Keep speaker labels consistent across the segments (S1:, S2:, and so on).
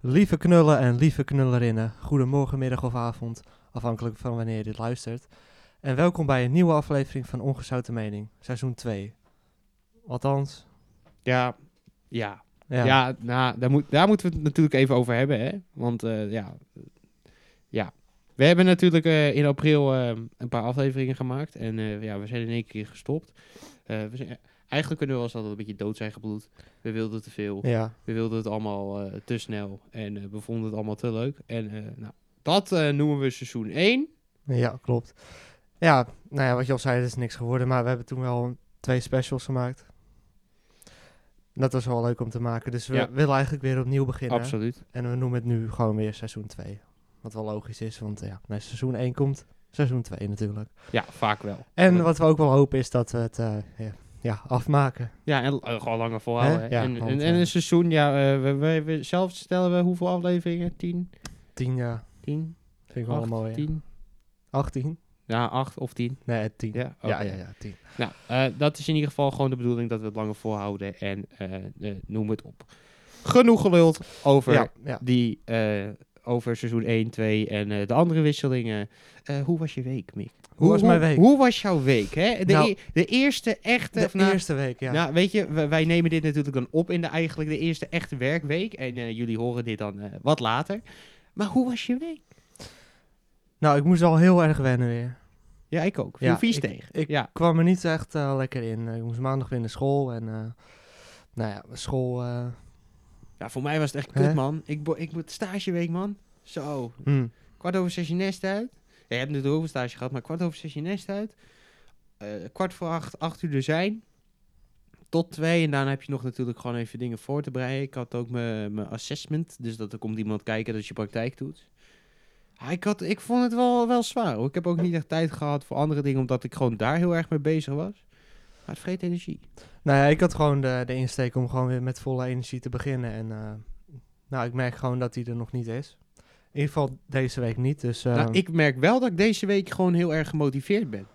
S1: Lieve knullen en lieve knullerinnen, goedemorgen, middag of avond, afhankelijk van wanneer je dit luistert. En welkom bij een nieuwe aflevering van Ongezouten Mening, seizoen 2. Althans,
S2: Ja, ja.
S1: ja.
S2: Ja, nou, daar, moet, daar moeten we het natuurlijk even over hebben, hè. Want eh, ja, ja. We hebben natuurlijk eh, in april eh, een paar afleveringen gemaakt. En eh, ja, we zijn in één keer gestopt. Eh, we zijn, eigenlijk kunnen we wel altijd een beetje dood zijn gebloed. We wilden te veel.
S1: Ja,
S2: We wilden het allemaal eh, te snel. En eh, we vonden het allemaal te leuk. En eh, nou, dat eh, noemen we seizoen 1.
S1: ja, klopt. Ja, nou ja, wat je al zei, het is niks geworden, maar we hebben toen wel twee specials gemaakt. Dat was wel leuk om te maken, dus we
S2: Ja.
S1: willen eigenlijk weer opnieuw beginnen.
S2: Absoluut.
S1: En we noemen het nu gewoon weer seizoen 2. Wat wel logisch is, want ja, naar seizoen 1 komt seizoen 2 natuurlijk.
S2: Ja, vaak wel.
S1: En
S2: Want-
S1: wat we ook wel hopen is dat we het eh, ja, ja, afmaken.
S2: Ja, en eh, gewoon langer volhouden.
S1: Hè?
S2: hè.
S1: Ja,
S2: en,
S1: want,
S2: en, en
S1: eh,
S2: een seizoen, ja, eh, we, we, we- zelf stellen we hoeveel afleveringen? 10?
S1: 10 jaar.
S2: 10?
S1: Vind ik wel
S2: acht,
S1: mooi.
S2: 10?
S1: 18?
S2: Ja, 8 of 10.
S1: Nee, 10.
S2: Ja, oké.
S1: Ja, ja, ja, 10.
S2: Nou, eh, dat is in ieder geval gewoon de bedoeling dat we het langer volhouden en eh, eh, noem het op. Genoeg geluld over,
S1: Ja, ja.
S2: die, eh, over seizoen 1, 2 en eh, de andere wisselingen. Eh, hoe was je week, Mick? Hoe,
S1: was mijn week?
S2: Hoe was jouw week, hè? De,
S1: Nou,
S2: e- de eerste echte...
S1: De
S2: of nou,
S1: eerste week, ja.
S2: Nou, weet je, wij, wij nemen dit natuurlijk dan op in de, eigenlijk de eerste echte werkweek. En eh, jullie horen dit dan eh, wat later. Maar hoe was je week?
S1: Nou, ik moest wel heel erg wennen weer.
S2: Ja, ik ook. Viel
S1: Ja,
S2: vies
S1: ik-
S2: tegen.
S1: ik-
S2: ja.
S1: Ik kwam er niet echt eh, lekker in. Eh, Ik moest maandag weer naar school en... eh, nou ja, school... eh,
S2: ja, voor mij was het echt
S1: Hè?
S2: kut, man. Ik, bo- ik moet stageweek, man. Zo,
S1: hm,
S2: kwart over zes je nest uit. Ja, je hebt natuurlijk ook een stage gehad, maar kwart over zes je nest uit. Eh, kwart voor acht, acht uur er zijn. Tot twee en daarna heb je nog natuurlijk gewoon even dingen voor te bereiden. Ik had ook mijn mijn assessment, dus dat er komt iemand kijken dat je praktijk doet. Ah, ik, had, ik vond het wel, wel zwaar hoor. Ik heb ook niet echt tijd gehad voor andere dingen, omdat ik gewoon daar heel erg mee bezig was. Maar het vreet energie.
S1: Nou ja, ik had gewoon de, de insteek om gewoon weer met volle energie te beginnen. En eh, nou, ik merk gewoon dat die er nog niet is. In ieder geval deze week niet. Dus, eh,
S2: Nou, ik merk wel dat ik deze week gewoon heel erg gemotiveerd ben.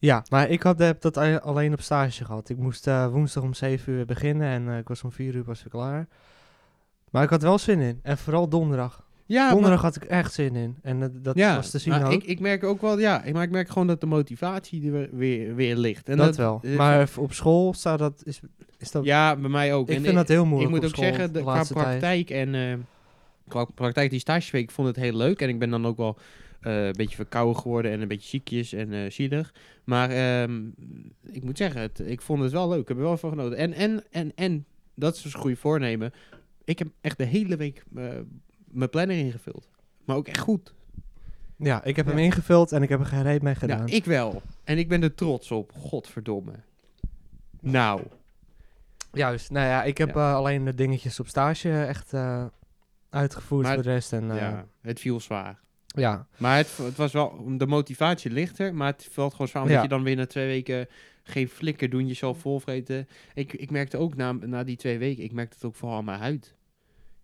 S1: Ja, maar ik had, heb dat a- alleen op stage gehad. Ik moest eh, woensdag om 7 uur beginnen en eh, ik was om 4 uur pas weer klaar. Maar ik had wel zin in. En vooral donderdag.
S2: Ja, maar-
S1: donderdag had ik echt zin in. En eh, dat was te zien
S2: maar
S1: ook.
S2: Nou, Ik, ik merk ook wel, ja, maar ik merk gewoon dat de motivatie er weer- weer, weer ligt. En
S1: dat, wel.
S2: eh,
S1: maar v- op school staat dat... Is, is dat
S2: ja, bij mij ook.
S1: ik
S2: En
S1: vind dat heel
S2: ik
S1: moeilijk
S2: moet
S1: op
S2: ook
S1: school
S2: zeggen, de,
S1: de
S2: qua
S1: laatste tijd.
S2: praktijk en eh, qua praktijk die stageweek ik vond het heel leuk. En ik ben dan ook wel eh, een beetje verkouden geworden en een beetje ziekjes en eh, zielig. Maar ehm, ik moet zeggen, het, ik vond het wel leuk. Ik heb er wel van genoten. En, en, en, en dat is dus een goede voornemen. Ik heb echt de hele week eh, mijn planner ingevuld. Maar ook echt goed.
S1: Ja, ik heb hem
S2: Ja.
S1: ingevuld en ik heb er geen reet mee gedaan.
S2: Nou, ik wel. En ik ben er trots op. Godverdomme. Nou.
S1: Juist. Nou ja, ik heb eh, alleen de dingetjes op stage echt eh, uitgevoerd
S2: Maar-
S1: voor de rest. En, eh,
S2: Ja, het viel zwaar.
S1: ja,
S2: Maar het, het was wel... De motivatie ligt er, maar het valt gewoon zwaar. Omdat
S1: Ja.
S2: je dan weer na twee weken geen flikker doen. Jezelf volvreten. Ik, ik merkte ook na, na die twee weken... Ik merkte het ook vooral aan mijn huid.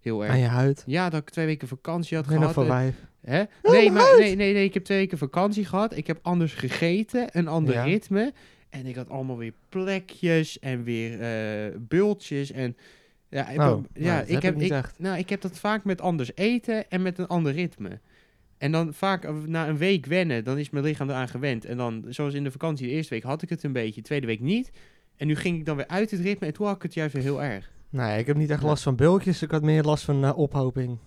S2: Heel erg.
S1: aan je huid.
S2: Ja, dat ik twee weken vakantie had
S1: Ah, Ik ben nog
S2: gehad. eh,
S1: van
S2: en-
S1: wijf.
S2: Hè?
S1: Oh,
S2: Nee, maar, nee, nee, nee, ik heb twee weken vakantie gehad. Ik heb anders gegeten, een ander
S1: Ja.
S2: ritme. En ik had allemaal weer plekjes en weer eh, bultjes. En, ja, ik-
S1: Oh,
S2: ja,
S1: nou, dat
S2: ik
S1: heb
S2: heb,
S1: ik niet echt.
S2: Nou, ik heb dat vaak met anders eten en met een ander ritme. En dan vaak eh, na een week wennen, dan is mijn lichaam eraan gewend. En dan, zoals in de vakantie, de eerste week had ik het een beetje, tweede week niet. En nu ging ik dan weer uit het ritme en toen had ik het juist weer heel erg.
S1: Nee, ik heb niet echt
S2: Ja.
S1: last van bultjes. Ik had meer last van eh, ophoping.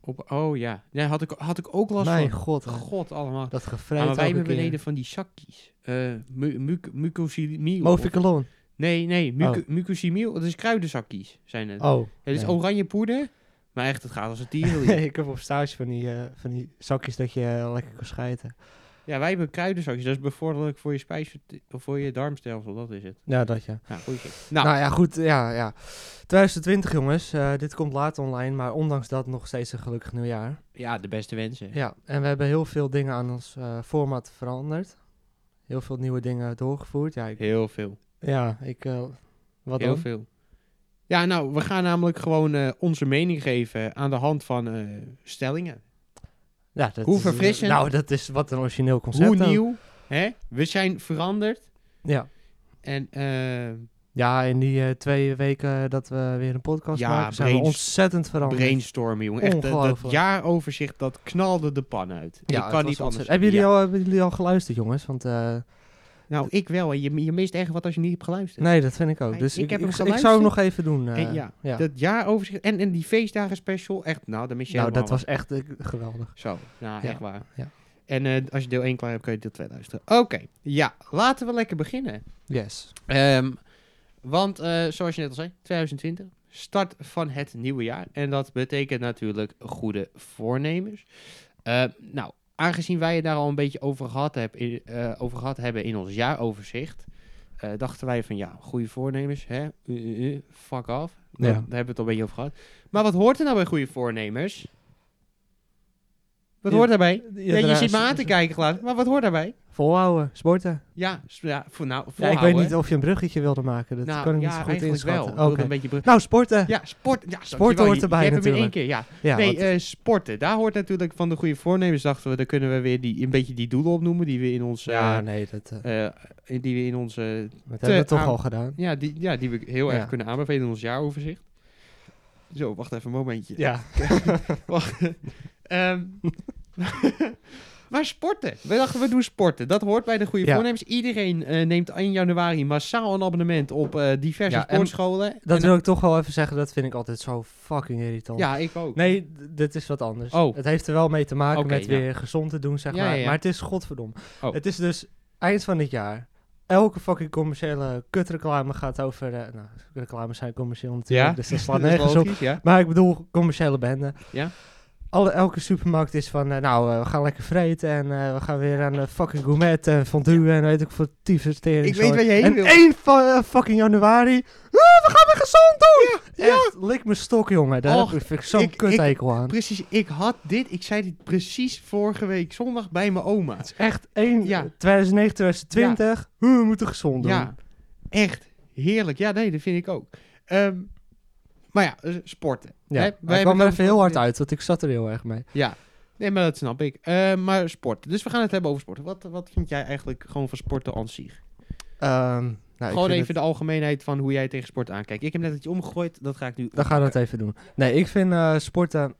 S2: Op, oh ja, ja had, ik, had ik ook last
S1: Mijn
S2: van.
S1: god.
S2: God allemaal.
S1: Dat
S2: Ja,
S1: gevreemd
S2: maar wij hebben beneden van die zakjes. Eh mu- mu- mucosilmio.
S1: Movicolon.
S2: Nee, nee, muco- mucosilmio. Dat is kruidenzakjes, zijn het.
S1: Oh.
S2: het is
S1: nee.
S2: oranje poeder, maar echt, het gaat als een tierenlier.
S1: ik heb op stage van die, eh, van die zakjes dat je eh, lekker kan schijten.
S2: ja, wij hebben kruidenzakjes. Dat is bevorderlijk voor je spijs, voor je darmstelsel, dat is het.
S1: Ja, dat ja.
S2: Ja, goeie shit.
S1: Nou,
S2: Nou,
S1: ja, goed. Ja, ja. 2020 jongens. Eh, dit komt laat online, maar ondanks dat nog steeds een gelukkig nieuwjaar.
S2: ja, de beste wensen.
S1: Ja, en we hebben heel veel dingen aan ons eh, format veranderd. Heel veel nieuwe dingen doorgevoerd. Ja, ik...
S2: Heel veel.
S1: Ja, ik eh, wat
S2: heel
S1: dan?
S2: veel. Ja, nou, we gaan namelijk gewoon eh, onze mening geven aan de hand van eh, stellingen.
S1: Ja, dat
S2: Hoe
S1: is-
S2: verfrissend?
S1: Nou, dat is wat een origineel concept.
S2: Hoe
S1: ook.
S2: nieuw, hè? We zijn veranderd.
S1: Ja.
S2: En eh,
S1: Ja, in die eh, twee weken dat we weer een podcast
S2: Ja,
S1: maken, zijn we
S2: brains-
S1: ontzettend veranderd.
S2: Brainstormen, jongen. Echt, dat, dat
S1: Ongelooflijk.
S2: jaaroverzicht, dat knalde de pan uit.
S1: Ja,
S2: ik
S1: het was
S2: kan niet anders.
S1: ontzettend- Hebben jullie,
S2: Ja.
S1: al, hebben jullie al geluisterd, jongens? Want eh,
S2: Nou, ik wel. En je, je mist echt wat als je niet hebt geluisterd.
S1: nee, dat vind ik ook.
S2: Nee,
S1: Dus
S2: ik
S1: ik,
S2: heb
S1: ik,
S2: hem
S1: ik zou
S2: geluisterd.
S1: hem nog even doen. eh,
S2: En ja, Dat jaaroverzicht en, en die feestdagen special. Echt, nou, dan mis je
S1: Nou, dat
S2: helemaal
S1: was echt eh, geweldig.
S2: wat. Zo, nou,
S1: Ja,
S2: echt waar.
S1: ja.
S2: En eh, als je deel 1 klaar hebt, kun je deel 2 luisteren. Oké, ja, laten we lekker beginnen.
S1: Yes.
S2: Ehm, want eh, zoals je net al zei, 2020, start van het nieuwe jaar. En dat betekent natuurlijk goede voornemens. Eh, nou, aangezien wij het daar al een beetje over gehad, heb, in- eh, over gehad hebben in ons jaaroverzicht, eh, dachten wij van ja, goede voornemens, hè? Eh, eh, eh, fuck off.
S1: Ja.
S2: Daar daar hebben we het al een beetje over gehad. Maar wat hoort er nou bij goede voornemens? Wat
S1: Ja,
S2: hoort daarbij? Ja, je
S1: daarnaast-
S2: zit me aan te kijken, Klaas, maar wat hoort daarbij?
S1: Volhouden, sporten.
S2: Ja, s- ja voor nou,
S1: Ja, ik weet
S2: volhouden.
S1: niet of je een bruggetje wilde maken. Dat
S2: Nou,
S1: kan ik
S2: ja,
S1: niet zo goed
S2: eigenlijk wel.
S1: inschatten.
S2: Ik wilde
S1: Oké.
S2: een beetje brug-
S1: Nou, sporten.
S2: Ja, sport. Ja,
S1: Sport hoort erbij
S2: Ik heb hem in één
S1: natuurlijk.
S2: keer, ja.
S1: Ja,
S2: nee,
S1: want-
S2: eh, sporten. Daar hoort natuurlijk van de goede voornemens, dachten we. Daar kunnen we weer die, een beetje die doelen opnoemen die we in onze...
S1: ja, nee, dat, eh,
S2: eh, eh, die we in onze...
S1: dat hebben we toch
S2: aan-
S1: al gedaan.
S2: Ja, die, ja, die we heel
S1: Ja.
S2: erg kunnen aanbevelen in ons jaaroverzicht. Zo, wacht even een momentje.
S1: Ja,
S2: Wacht. Ehm, maar sporten. We dachten, we doen sporten. Dat hoort bij de goede
S1: Ja.
S2: voornemens. Iedereen eh, neemt 1 januari massaal een abonnement op eh, diverse
S1: Ja, en
S2: sportscholen.
S1: dat
S2: En-
S1: wil ik toch wel even zeggen. Dat vind ik altijd zo fucking irritant.
S2: ja, ik ook.
S1: Nee, d- dit is wat anders.
S2: Oh.
S1: Het heeft er wel mee te maken
S2: Oké,
S1: met
S2: ja.
S1: weer gezond te doen, zeg
S2: Ja,
S1: maar.
S2: ja, ja.
S1: Maar het is godverdomme.
S2: Oh.
S1: Het is dus eind van het jaar. Elke fucking commerciële kutreclame gaat over... eh, nou, reclames zijn commercieel natuurlijk,
S2: Ja.
S1: dus dat slaat
S2: Dat is
S1: nergens op.
S2: logisch, ja.
S1: Maar ik bedoel, commerciële bende.
S2: Ja.
S1: Alle, elke supermarkt is van, eh, nou, eh, we gaan lekker vreten en eh, we gaan weer aan de fucking gourmet en fondue en weet ik veel tyfustering.
S2: Ik weet waar je heen
S1: en
S2: wil.
S1: 1 fa- eh, fucking januari, "Ah, we gaan weer gezond doen! Echt, lik mijn stok, jongen. Daar
S2: Och,
S1: heb ik, vind ik zo'n
S2: ik-
S1: kutekel aan.
S2: Precies, ik had dit, ik zei dit precies vorige week zondag bij mijn oma.
S1: Het is echt 1
S2: Ja.
S1: 2009, 2020, Huh, we moeten gezond doen.
S2: Ja, echt heerlijk. Ja, nee, dat vind ik ook. Ehm, maar ja, eh, sporten.
S1: Ja,
S2: Hè,
S1: ik
S2: wij
S1: kwam
S2: hebben
S1: er even heel hard
S2: ja.
S1: uit, want ik zat er heel erg mee.
S2: Ja, nee, maar dat snap ik. Eh, maar sporten. Dus we gaan het hebben over sporten. Wat, wat vind jij eigenlijk gewoon van sporten aan zich?
S1: Ehm, nou, ik
S2: gewoon
S1: vind
S2: even
S1: het-
S2: de algemeenheid van hoe jij tegen sport aankijkt. Ik heb net het je omgegooid, dat ga ik nu...
S1: Dan gaan we dat even doen. Nee, ik vind eh, sporten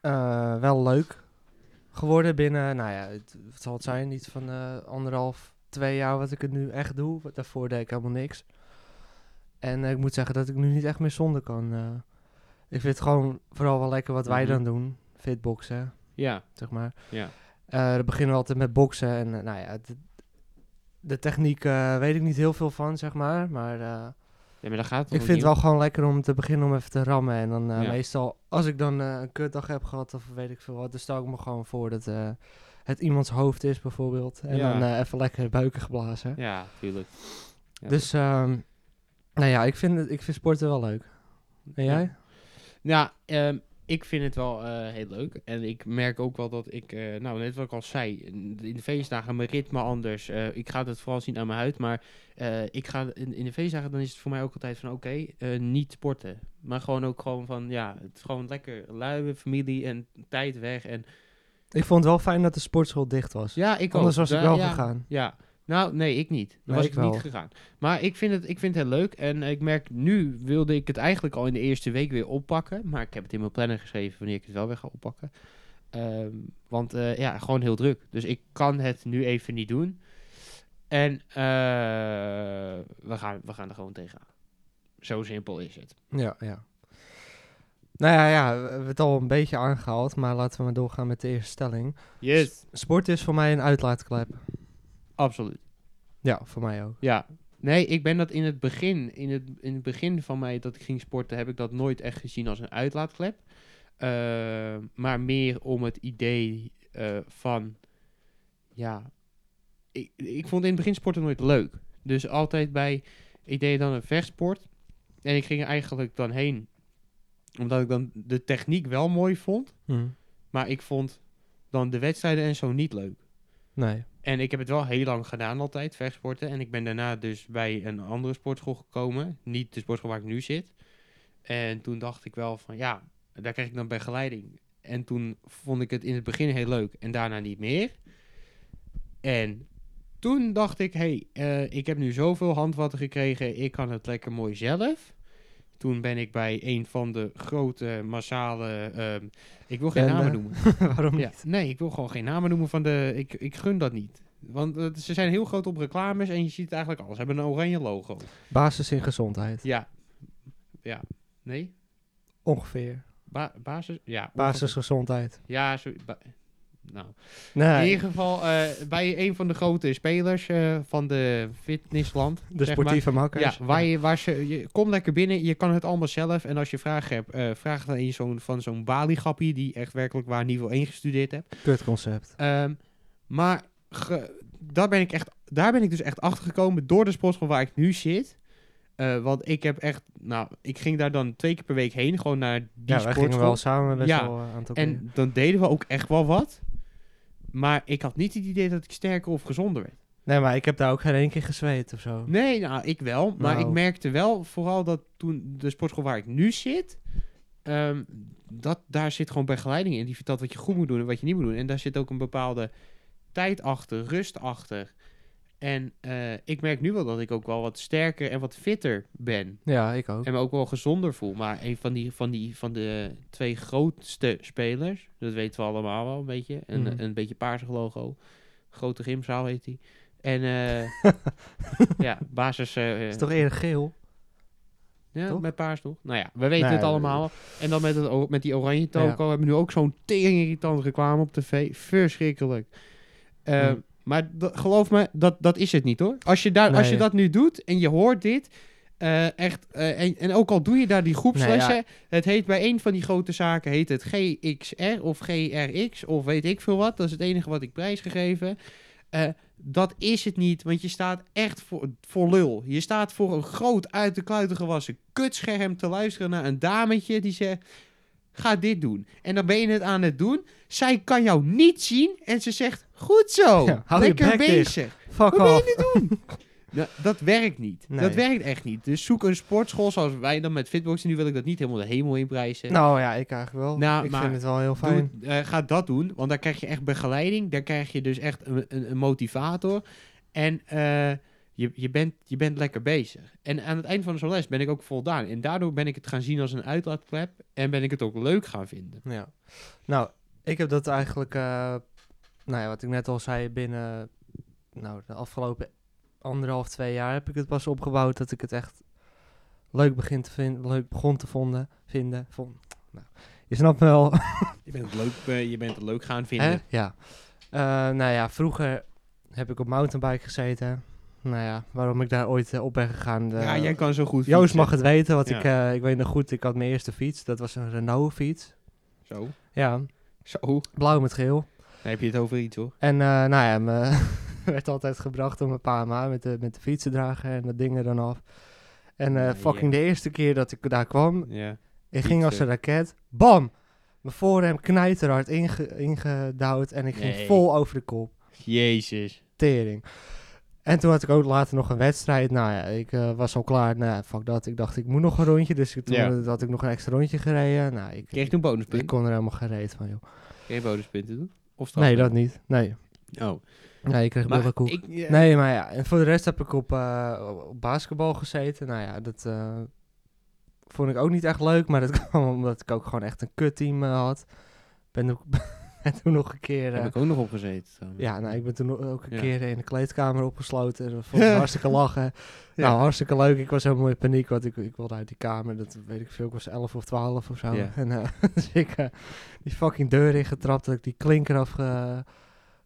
S1: eh, wel leuk geworden binnen, nou ja, het, wat zal het zijn, iets van eh, anderhalf, twee jaar wat ik het nu echt doe. Want Daarvoor deed ik helemaal niks. En eh, ik moet zeggen dat ik nu niet echt meer zonder kan. eh. ik vind het gewoon vooral wel lekker wat wij
S2: Mhm.
S1: dan doen. Fitboxen,
S2: Ja,
S1: zeg maar.
S2: ja.
S1: Eh, dan beginnen we altijd met boksen. En eh, nou ja, de, de techniek eh, weet ik niet heel veel van, zeg maar. Maar eh,
S2: Ja, maar daar gaat
S1: ik
S2: het nog
S1: vind het
S2: niet
S1: wel gewoon lekker om te beginnen om even te rammen. En dan eh,
S2: Ja.
S1: meestal, als ik dan eh, een kutdag heb gehad of weet ik veel wat, dan stel ik me gewoon voor dat eh, het iemands hoofd is bijvoorbeeld. En
S2: Ja.
S1: dan eh, even lekker buiken geblazen.
S2: om. Ja, tuurlijk. Ja.
S1: Dus, ehm, nou ja, ik vind, het, ik vind sporten wel leuk. En
S2: Ja.
S1: jij?
S2: Nou, ehm, ik vind het wel eh, heel leuk. En ik merk ook wel dat ik, eh, nou net wat ik al zei, in de feestdagen mijn ritme anders. Eh, ik ga dat vooral zien aan mijn huid. Maar eh, ik ga in, in de feestdagen, dan is het voor mij ook altijd van oké, eh, niet sporten. Maar gewoon ook gewoon van, ja, het is gewoon lekker luie familie en tijd weg. En
S1: Ik vond het wel fijn dat de sportschool dicht was.
S2: ja, ik
S1: Anders
S2: ook.
S1: was ik
S2: Ja,
S1: wel
S2: ja.
S1: gegaan.
S2: Ja. Nou, nee, ik niet. Dan
S1: Nee,
S2: was
S1: ik
S2: ik niet
S1: wel.
S2: gegaan. Maar ik vind, het, ik vind het heel leuk. En ik merk, nu wilde ik het eigenlijk al in de eerste week weer oppakken. Maar ik heb het in mijn planner geschreven wanneer ik het wel weer ga oppakken. Ehm, want eh, ja, gewoon heel druk. Dus ik kan het nu even niet doen. En eh, we, gaan, we gaan er gewoon tegenaan. Zo simpel is het.
S1: Ja, ja. Nou ja, ja, we hebben het al een beetje aangehaald, maar laten we maar doorgaan met de eerste stelling.
S2: Yes.
S1: Sport is voor mij een uitlaatklep.
S2: Absoluut.
S1: Ja, voor mij ook.
S2: Ja. Nee, ik ben dat in het begin, in het, in het begin van mij dat ik ging sporten, heb ik dat nooit echt gezien als een uitlaatklep. Eh, maar meer om het idee eh, van, ja, ik, ik vond in het begin sporten nooit leuk. Dus altijd bij, ik deed dan een vechtsport en ik ging er eigenlijk dan heen, omdat ik dan de techniek wel mooi vond,
S1: Hm.
S2: maar ik vond dan de wedstrijden en zo niet leuk.
S1: Nee.
S2: En ik heb het wel heel lang gedaan altijd, vechtsporten. En ik ben daarna dus bij een andere sportschool gekomen. Niet de sportschool waar ik nu zit. En toen dacht ik wel van, ja, daar kreeg ik dan begeleiding. En toen vond ik het in het begin heel leuk en daarna niet meer. En toen dacht ik, hé, hey, eh, ik heb nu zoveel handvatten gekregen, ik kan het lekker mooi zelf. Toen ben ik bij een van de grote massale, ehm, ik wil geen
S1: Bende.
S2: namen noemen.
S1: Waarom
S2: Ja,
S1: niet?
S2: nee, ik wil gewoon geen namen noemen van de, ik, ik gun dat niet. Want eh, ze zijn heel groot op reclames en je ziet eigenlijk alles. Ze hebben een oranje logo.
S1: Basis in gezondheid.
S2: Ja, ja, nee,
S1: Ongeveer.
S2: Ba- basis, ja.
S1: Basisgezondheid.
S2: Ja, zo, ba- nou, in
S1: Nee,
S2: ieder geval eh, bij een van de grote spelers eh, van de fitnessland.
S1: de
S2: zeg maar.
S1: sportieve makkers.
S2: Ja, waar je, waar ze, je, kom lekker binnen, je kan het allemaal zelf. En als je vragen hebt, eh, vraag dan een zo'n, van zo'n baliegappie die echt werkelijk waar niveau 1 gestudeerd hebt.
S1: Kutconcept.
S2: Ehm, maar ge- daar, ben ik echt, daar ben ik dus echt achter gekomen door de sportschool waar ik nu zit. Eh, want ik heb echt, nou, ik ging daar dan twee keer per week heen, gewoon naar die
S1: Ja, wij gingen
S2: sportschool.
S1: wel samen best
S2: Ja,
S1: wel eh, een aantal keer.
S2: En dan deden we ook echt wel wat. Maar ik had niet het idee dat ik sterker of gezonder werd.
S1: Nee, maar ik heb daar ook geen één keer gezweet of zo.
S2: Nee, nou, ik wel. Maar
S1: Nou.
S2: ik merkte wel vooral dat toen de sportschool waar ik nu zit... ehm, dat, daar zit gewoon begeleiding in. Die vertelt wat je goed moet doen en wat je niet moet doen. En daar zit ook een bepaalde tijd achter, rust achter. En eh, ik merk nu wel dat ik ook wel wat sterker en wat fitter ben.
S1: Ja, ik ook.
S2: En me ook wel gezonder voel. Maar een van, die, van, die, van de twee grootste spelers, dat weten we allemaal wel een beetje. Een,
S1: Mhm.
S2: een beetje paarsig logo. Grote gymzaal heet die. En eh, ja, basis. eh,
S1: is toch eerder geel?
S2: ja,
S1: toch?
S2: met paars toch? Nou ja, we weten
S1: Nee,
S2: het allemaal. En dan met, het, o- met die oranje toko
S1: Ja.
S2: hebben we nu ook zo'n tering irritant reclame op tv. Verschrikkelijk. Eh,
S1: Mm.
S2: Maar d- geloof me, dat, dat is het niet hoor. Als je, daar, als je
S1: Nee.
S2: dat nu doet en je hoort dit, eh, echt, eh, en, en ook al doe je daar die groepslessen,
S1: Nee,
S2: het heet bij een van die grote zaken, heet het GXR of GRX of weet ik veel wat. Dat is het enige wat ik prijsgegeven. Eh, dat is het niet, want je staat echt voor, voor lul. Je staat voor een groot uit de kluiten gewassen kutscherm te luisteren naar een dametje die zegt... Ga dit doen. En dan ben je het aan het doen. Zij kan jou niet zien en ze zegt... Goed zo,
S1: Ja, hou je
S2: lekker
S1: bek dicht.
S2: bezig.
S1: Fuck
S2: Wat ben je
S1: off.
S2: Nou, dat werkt niet.
S1: Nee.
S2: Dat werkt echt niet. Dus zoek een sportschool zoals wij dan met Fitboxen. Nu wil ik dat niet helemaal de hemel in prijzen.
S1: Nou ja, ik eigenlijk wel.
S2: Nou,
S1: ik
S2: maar
S1: vind het wel heel
S2: Doe-
S1: fijn.
S2: eh, ga dat doen, want daar krijg je echt begeleiding. Daar krijg je dus echt een, een, een motivator. En eh, je, je, bent, je bent lekker bezig. En aan het eind van zo'n les ben ik ook voldaan. En daardoor ben ik het gaan zien als een uitlaatklep. En ben ik het ook leuk gaan vinden.
S1: Ja. Nou, ik heb dat eigenlijk, eh, nou ja, wat ik net al zei, binnen nou, de afgelopen anderhalf, twee jaar heb ik het pas opgebouwd dat ik het echt leuk begin te vinden, leuk begon te vonden, vinden, vond. Nou, je snapt me wel.
S2: Je bent het leuk, eh, je bent het leuk gaan
S1: Hè? Ja. Eh, nou ja, vroeger heb ik op mountainbike gezeten. Nou ja, waarom ik daar ooit eh, op ben gegaan. eh,
S2: ja, jij kan zo goed
S1: Joost
S2: fietsen.
S1: mag het weten, want
S2: Ja.
S1: ik, eh, ik weet nog goed, ik had mijn eerste fiets. Dat was een Renault fiets.
S2: Zo.
S1: Ja,
S2: Zo.
S1: blauw met geel.
S2: Dan heb je het over iets hoor.
S1: En eh, nou ja, me werd altijd gebracht door mijn pa en ma met de, met de fietsendrager en dat ding er dan af. En eh,
S2: Ja,
S1: fucking
S2: Ah, ja.
S1: de eerste keer dat ik daar kwam,
S2: Ja.
S1: ik ging als een raket. Bam! Mijn voorrem knijterhard inge, ingedouwd en ik ging
S2: Nee.
S1: vol over de kop.
S2: Jezus.
S1: Tering. En toen had ik ook later nog een wedstrijd. Nou ja, ik eh, was al klaar. Nou, ja, fuck dat. Ik dacht, ik moet nog een rondje. Dus ik, toen
S2: Ja.
S1: had ik nog een extra rondje gereden. Nou, ik,
S2: Kreeg je
S1: ik,
S2: toen bonuspunten?
S1: kon er helemaal gereed van, joh.
S2: Kreeg je bonuspunten toen? Of
S1: Nee,
S2: strafpunten?
S1: dat niet. Nee,
S2: Oh.
S1: nee ik kreeg
S2: Maar
S1: bullenkoek.
S2: ik... eh,
S1: Nee, maar ja. En voor de rest heb ik op, eh, op basketbal gezeten. Nou ja, dat eh, vond ik ook niet echt leuk. Maar dat kwam omdat ik ook gewoon echt een kutteam eh, had. Ben ook, ben toen nog een keer... eh,
S2: Heb ik ook nog opgezeten. trouwens.
S1: ja, nou, ik ben toen ook een
S2: Ja.
S1: keer in de kleedkamer opgesloten. En dat vond ik hartstikke lachen. Nou, hartstikke leuk. Ik was helemaal in paniek, want ik, ik wilde uit die kamer. Dat weet ik veel. Ik was 11 of 12 of zo.
S2: Ja.
S1: En eh, dus ik eh, die fucking deur ingetrapt. Dat ik die klinker af ge-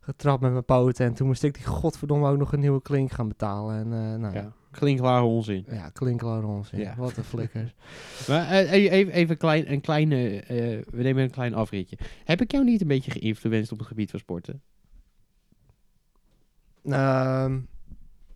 S1: getrapt met mijn poten. En toen moest ik die godverdomme ook nog een nieuwe klink gaan betalen. En eh nou ja,
S2: Ja. Klinkt waar onzin.
S1: ja klinkloon ons.
S2: Ja.
S1: Wat een flikkers.
S2: Maar eh, eh, even, even klein, een kleine, eh, we nemen een klein afrietje. Heb ik jou niet een beetje geïnfluenced op het gebied van sporten?
S1: Ehm,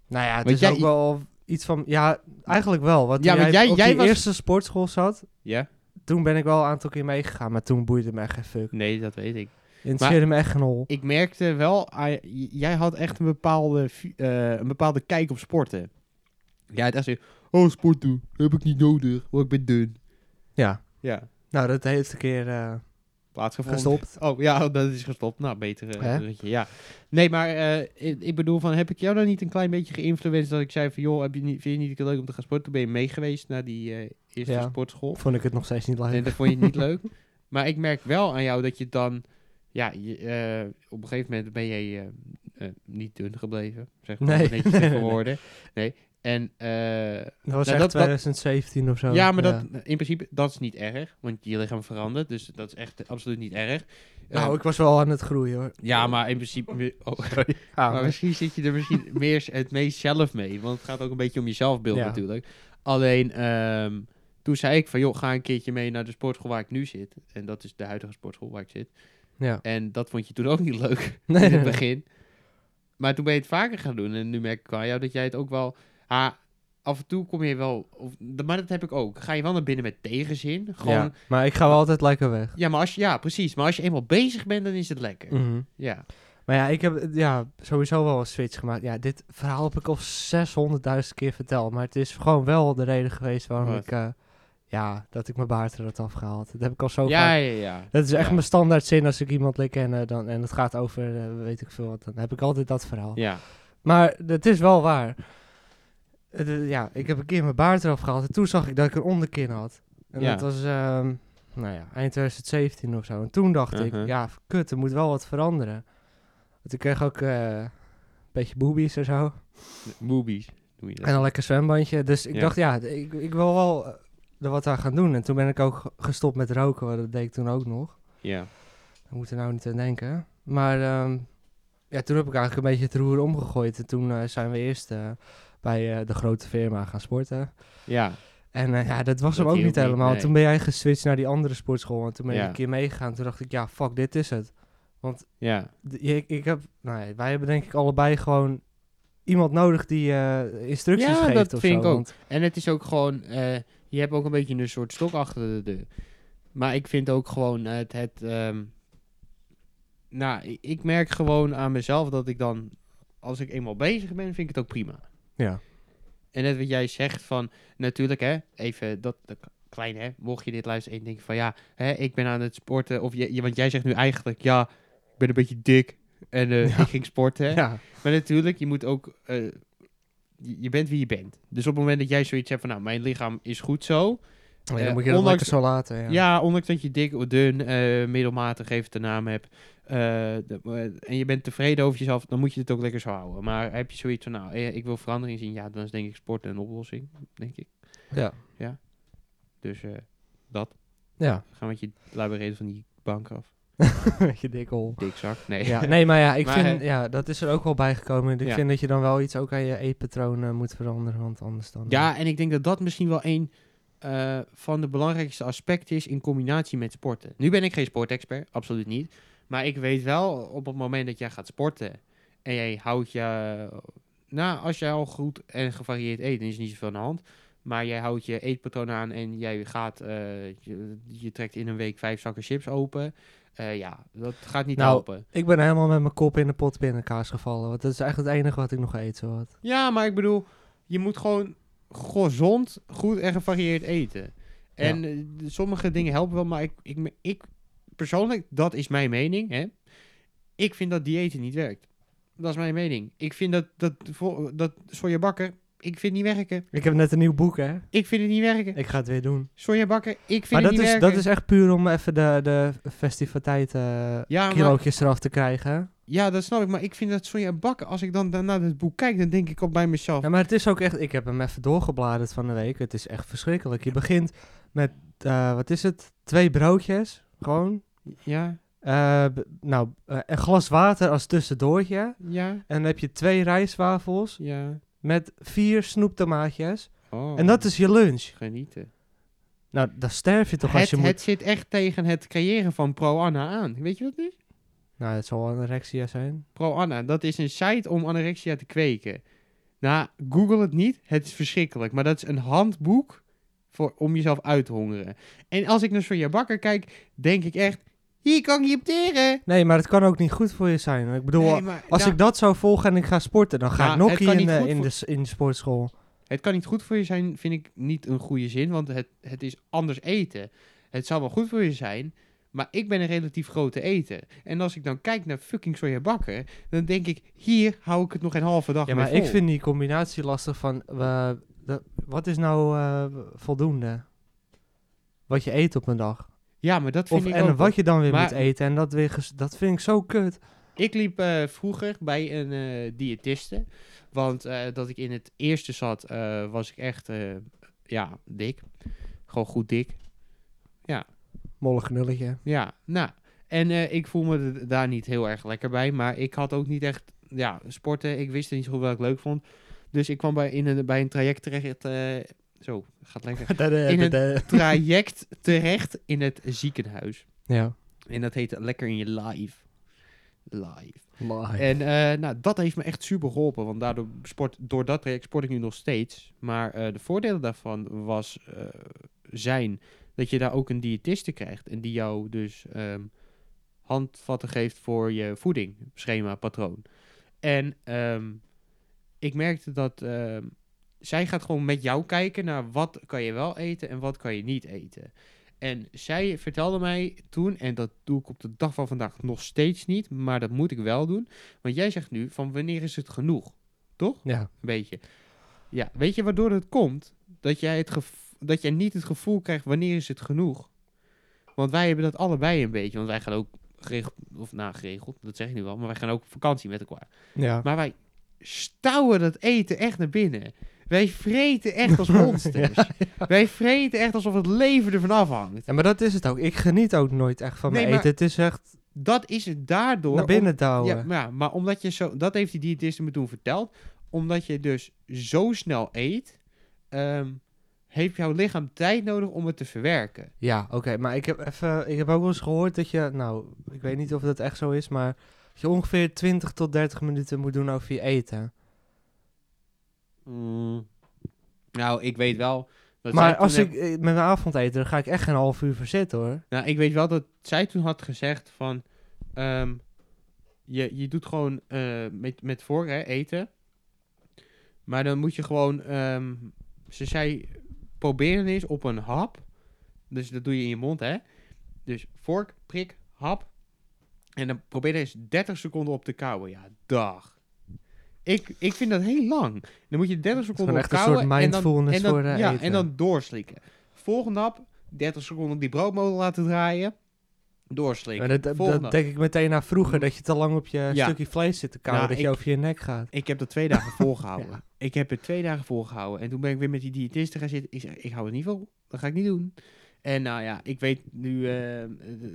S1: nou ja, het
S2: Want
S1: is
S2: jij-
S1: ook wel iets van... Ja, eigenlijk wel. Want
S2: Ja,
S1: toen
S2: want
S1: jij,
S2: jij-
S1: op
S2: jij
S1: die
S2: was-
S1: eerste sportschool zat...
S2: Ja?
S1: Toen ben ik wel een aantal keer meegegaan, maar toen boeide me echt geen fuck.
S2: Nee, dat weet ik.
S1: Interesseerde me echt geen hol.
S2: Ik merkte wel, ah, j- jij had echt een bepaalde, fi- eh, een bepaalde kijk op sporten. Jij had echt zo, oh sporten, heb ik niet nodig, want ik ben dun.
S1: Ja.
S2: Ja.
S1: Nou, dat de eerste keer eh,
S2: plaatsgevonden.
S1: Gestopt.
S2: Oh ja, dat is gestopt. Nou, beter. eh,
S1: Hè?
S2: bruggetje, ja. Nee, maar eh, ik, ik bedoel, van, heb ik jou dan niet een klein beetje geïnfluenced dat ik zei van, joh, heb je niet, vind je niet leuk om te gaan sporten? Toen ben je mee geweest naar die eh, eerste
S1: Ja.
S2: sportschool.
S1: Vond ik het nog steeds niet leuk.
S2: Nee, dat vond je niet leuk. Maar ik merk wel aan jou dat je dan, ja, je, eh, op een gegeven moment ben jij eh, eh, niet dun gebleven, zeg maar,
S1: Nee.
S2: netjes
S1: Nee, nee,
S2: geworden. Nee. En eh,
S1: dat was echt
S2: nou, dat- dat-
S1: 2017 of zo.
S2: ja, maar Dat, in principe, dat is niet erg. Want je lichaam verandert, dus dat is echt absoluut niet erg. Eh,
S1: Nou, ik was wel aan het groeien hoor.
S2: Ja, maar in principe... oh, maar misschien zit je er misschien meer s- het meest zelf mee. Want het gaat ook een beetje om je zelfbeeld
S1: Ja.
S2: natuurlijk. Alleen, ehm, toen zei ik van... joh, ga een keertje mee naar de sportschool waar ik nu zit. En dat is de huidige sportschool waar ik zit.
S1: Ja.
S2: En dat vond je toen ook niet leuk
S1: Nee,
S2: in
S1: nee,
S2: het
S1: nee.
S2: begin. Maar toen ben je het vaker gaan doen. En nu merk ik aan jou dat jij het ook wel... Ah, af en toe kom je wel... Of, maar dat heb ik ook. Ga je wel naar binnen met tegenzin. Gewoon... Ja,
S1: Ja, maar ik ga wel altijd lekker weg.
S2: maar als je, ja precies. Maar als je eenmaal bezig bent, dan is het lekker.
S1: Mhm.
S2: Ja.
S1: Maar ja, ik heb ja, sowieso wel een switch gemaakt. Ja, dit verhaal heb ik al 600.000 keer verteld. Maar het is gewoon wel de reden geweest waarom
S2: Wat?
S1: ik... eh, ja, dat ik mijn baard er had afgehaald. Dat heb ik al zo vaak
S2: Ja, ja, ja.
S1: Dat is echt
S2: Ja.
S1: mijn standaard zin als ik iemand leer kennen dan, en het gaat over eh, weet ik veel wat, dan heb ik altijd dat verhaal.
S2: Ja.
S1: Maar het is wel waar. Het is- ja, ik heb een keer mijn baard eraf gehaald en toen zag ik dat ik een onderkin had. En
S2: Ja.
S1: dat was, ehm, nou ja, eind 2017 of zo. En toen dacht
S2: Mhm.
S1: ik, ja, kut, er moet wel wat veranderen. Want ik kreeg ook eh, een beetje boobies en zo.
S2: Movies noem je dat.
S1: En een lekker zwembandje. Dus ik
S2: Ja.
S1: dacht, ja, d- ik, ik wil wel eh, er wat aan gaan doen. En toen ben ik ook gestopt met roken, want dat deed ik toen ook nog.
S2: Ja.
S1: We moeten nou niet aan denken. Maar ehm, ja, toen heb ik eigenlijk een beetje het roer omgegooid. En toen eh, zijn we eerst eh, bij eh, de grote firma gaan sporten.
S2: Ja.
S1: En eh, ja, dat was
S2: Dat
S1: hem ook
S2: hielp
S1: niet
S2: niet,
S1: helemaal.
S2: nee.
S1: Toen ben jij geswitcht naar die andere sportschool. En toen ben ik
S2: Ja.
S1: een keer meegegaan. Toen dacht ik, ja, fuck, dit is het.
S2: Ja.
S1: D- Ik, ik heb, nou ja, wij hebben denk ik allebei gewoon iemand nodig die eh, instructies
S2: Ja,
S1: geeft.
S2: dat
S1: of
S2: vind
S1: zo,
S2: ik ook.
S1: want-
S2: En het is ook gewoon, eh, je hebt ook een beetje een soort stok achter de deur. Maar ik vind ook gewoon het, het ehm, nou, i- ik merk gewoon aan mezelf dat ik dan, als ik eenmaal bezig ben, vind ik het ook prima.
S1: ja.
S2: En net wat jij zegt van, natuurlijk hè, even dat, dat klein hè, mocht je dit luisteren en denken van ja, hè, ik ben aan het sporten. Of je, je- want jij zegt nu eigenlijk, ja, ik ben een beetje dik en eh, ik ging sporten. hè.
S1: ja,
S2: Maar natuurlijk, je moet ook. eh, je je bent wie je bent. Dus op het moment dat jij zoiets hebt van, nou, mijn lichaam is goed zo.
S1: Maar
S2: Eh,
S1: dan moet je dat
S2: ondanks-
S1: lekker zo laten. Ja.
S2: Ja, ondanks dat je dik of dun, eh, middelmatig even de naam hebt. eh, de- eh, en je bent tevreden over jezelf, dan moet je het ook lekker zo houden. Maar heb je zoiets van, nou, eh, ik wil verandering zien. Ja, dan is denk ik sport een oplossing, denk ik.
S1: Ja.
S2: Dus eh, dat.
S1: Ja.
S2: Gaan met je luie reden van die bank af.
S1: Met je dikkel.
S2: Dikzak. Nee.
S1: Ja, nee, maar ja, ik
S2: Maar,
S1: vind,
S2: hè.
S1: ja, dat is er ook wel bijgekomen. Ik
S2: Ja.
S1: vind dat je dan wel iets ook aan je eetpatroon eh, moet veranderen, want anders dan...
S2: Ja, en ik denk dat dat misschien wel een eh, van de belangrijkste aspecten is in combinatie met sporten. Nu ben ik geen sportexpert, absoluut niet. Maar ik weet wel op het moment dat jij gaat sporten en jij houdt je. Nou, als jij al goed en gevarieerd eet, dan is er niet zoveel aan de hand. Maar jij houdt je eetpatroon aan en jij gaat. eh, je, je trekt in een week vijf zakken chips open. Eh, ja, dat gaat niet
S1: Nou,
S2: helpen.
S1: Ik ben helemaal met mijn kop in de pot pindakaas gevallen, want dat is echt het enige wat ik nog eet, zowat.
S2: Ja, maar ik bedoel, je moet gewoon gezond, goed en gevarieerd eten. En eh, d- sommige dingen helpen wel, maar ik, ik, me- ik persoonlijk, dat is mijn mening. Hè? Ik vind dat diëten niet werkt. Dat is mijn mening. Ik vind dat, dat, vo- dat sojabakker, ik vind het niet werken.
S1: Ik heb net een nieuw boek, hè.
S2: Ik vind het niet werken.
S1: Ik ga het weer doen.
S2: Sojabakker, ik vind
S1: maar
S2: het
S1: dat
S2: niet
S1: is,
S2: werken.
S1: dat is echt puur om even de, de festiviteiten, eh,
S2: ja, maar-
S1: kilootjes eraf te krijgen.
S2: ja, dat snap ik. Maar ik vind dat sojabakker, als ik dan dan naar het boek kijk, dan denk ik ook bij mezelf.
S1: Ja, maar het is ook echt... Ik heb hem even doorgebladerd van de week. Het is echt verschrikkelijk. Je begint met, eh, wat is het, twee broodjes, gewoon.
S2: Ja,
S1: Eh, b- nou, eh, een glas water als tussendoortje.
S2: ja,
S1: En dan heb je twee rijstwafels
S2: ja.
S1: met vier snoeptomaatjes.
S2: Oh,
S1: En dat is je lunch.
S2: Genieten.
S1: Nou, dan sterf je toch
S2: het,
S1: als je moet...
S2: het zit echt tegen het creëren van ProAnna aan. Weet je wat nu?
S1: Nou, het zal wel anorexia zijn.
S2: ProAnna, dat is een site om anorexia te kweken. Nou, google het niet. Het is verschrikkelijk. Maar dat is een handboek voor, om jezelf uit te hongeren. En als ik naar Sonja Bakker kijk, denk ik echt... Hier kan ik je op teren.
S1: Nee, maar het kan ook niet goed voor je zijn. Ik bedoel,
S2: Nee, maar
S1: als
S2: nou,
S1: ik dat zou volgen en ik ga sporten, dan ga
S2: Ja,
S1: ik nog
S2: het kan
S1: hier in,
S2: niet
S1: eh,
S2: goed
S1: in,
S2: voor-
S1: de, s- in de sportschool.
S2: Het kan niet goed voor je zijn, vind ik niet een goede zin. Want het, het is anders eten. Het zou wel goed voor je zijn... Maar ik ben een relatief grote eter. En als ik dan kijk naar fucking sojabakker, dan denk ik, hier hou ik het nog een halve dag
S1: Ja,
S2: mee
S1: maar ik
S2: vol.
S1: vind die combinatie lastig van eh, de- wat is nou eh, voldoende? Wat je eet op een dag.
S2: Ja, maar dat vind
S1: Of,
S2: ik
S1: en
S2: ook.
S1: wat je dan weer
S2: Maar-
S1: moet eten. En dat, weer ges- dat vind ik zo kut.
S2: Ik liep eh, vroeger bij een eh, diëtiste. Want eh, dat ik in het eerste zat, eh, was ik echt eh, ja, dik. Gewoon goed dik.
S1: Mollig nulletje.
S2: Ja, nou. En eh, ik voel me d- daar niet heel erg lekker bij. Maar ik had ook niet echt... Ja, sporten. Ik wist niet zo goed wat ik leuk vond. Dus ik kwam bij, in een, bij een traject terecht... eh, zo, gaat lekker. In traject terecht in het ziekenhuis.
S1: Ja.
S2: En dat heette Lekker in je life. Live.
S1: Live.
S2: En eh, nou, dat heeft me echt super geholpen. Want daardoor sport, door dat traject sport ik nu nog steeds. Maar eh, de voordelen daarvan was, eh, zijn dat je daar ook een diëtiste krijgt. En die jou dus ehm, handvatten geeft voor je voeding, schema, patroon. En ehm, ik merkte dat ehm, zij gaat gewoon met jou kijken naar wat kan je wel eten en wat kan je niet eten. En zij vertelde mij toen, en dat doe ik op de dag van vandaag nog steeds niet, maar dat moet ik wel doen. Want jij zegt nu van wanneer is het genoeg? Toch?
S1: Ja.
S2: Een beetje. Ja, weet je waardoor het komt? Dat jij, het gev- dat jij niet het gevoel krijgt wanneer is het genoeg? Want wij hebben dat allebei een beetje. Want wij gaan ook geregeld, of nou geregeld, dat zeg ik nu wel, maar wij gaan ook op vakantie met elkaar.
S1: Ja.
S2: Maar wij stouwen dat eten echt naar binnen. Wij vreten echt als monsters. Wij vreten echt alsof het leven ervan afhangt.
S1: Ja, maar dat is het ook. Ik geniet ook nooit echt van mijn
S2: Nee, maar-
S1: eten. Het is echt
S2: Dat is het daardoor.
S1: naar binnen douwen.
S2: Ja, maar, ja, maar omdat je zo, dat heeft die diëtiste me toen verteld, omdat je dus zo snel eet, ehm, heeft jouw lichaam tijd nodig om het te verwerken.
S1: Ja, oké, maar ik heb, even, ik heb ook wel eens gehoord dat je, nou, ik weet niet of dat echt zo is, maar dat je ongeveer 20 tot 30 minuten moet doen over je eten.
S2: Mm. Nou, ik weet wel. Dat zij
S1: maar
S2: toen
S1: als
S2: heb-
S1: ik eh, met mijn avondeten, dan ga ik echt geen half uur voor zitten hoor.
S2: Nou, ik weet wel dat zij toen had gezegd van... ehm, je, je doet gewoon eh, met, met voor hè, eten. Maar dan moet je gewoon... ehm, ze zei, proberen eens op een hap. Dus dat doe je in je mond, hè. Dus vork, prik, hap. En dan probeer er eens 30 seconden op te kauwen. Ja, dag. Ik, ik vind dat heel lang. Dan moet je 30
S1: Het is
S2: seconden
S1: gewoon
S2: op
S1: echt een
S2: kauwen
S1: soort
S2: en dan-
S1: mindfulness
S2: en dan,
S1: voor eh,
S2: ja,
S1: eten.
S2: en dan doorslikken. Volgende hap, 30 seconden die broodmolen laten draaien. Doorslikken.
S1: Maar dat, dat-
S2: Volgende
S1: dat denk ik meteen aan vroeger, dat je te lang op je
S2: Ja.
S1: stukje vlees zit te kauwen,
S2: Nou,
S1: dat je
S2: ik-
S1: over je nek gaat.
S2: Ik heb dat twee dagen volgehouden.
S1: Ja.
S2: Ik heb het twee dagen volgehouden. En toen ben ik weer met die diëtiste gaan zitten. Ik zeg, ik hou het niet vol. Dat ga ik niet doen. En nou ja, ik weet nu... eh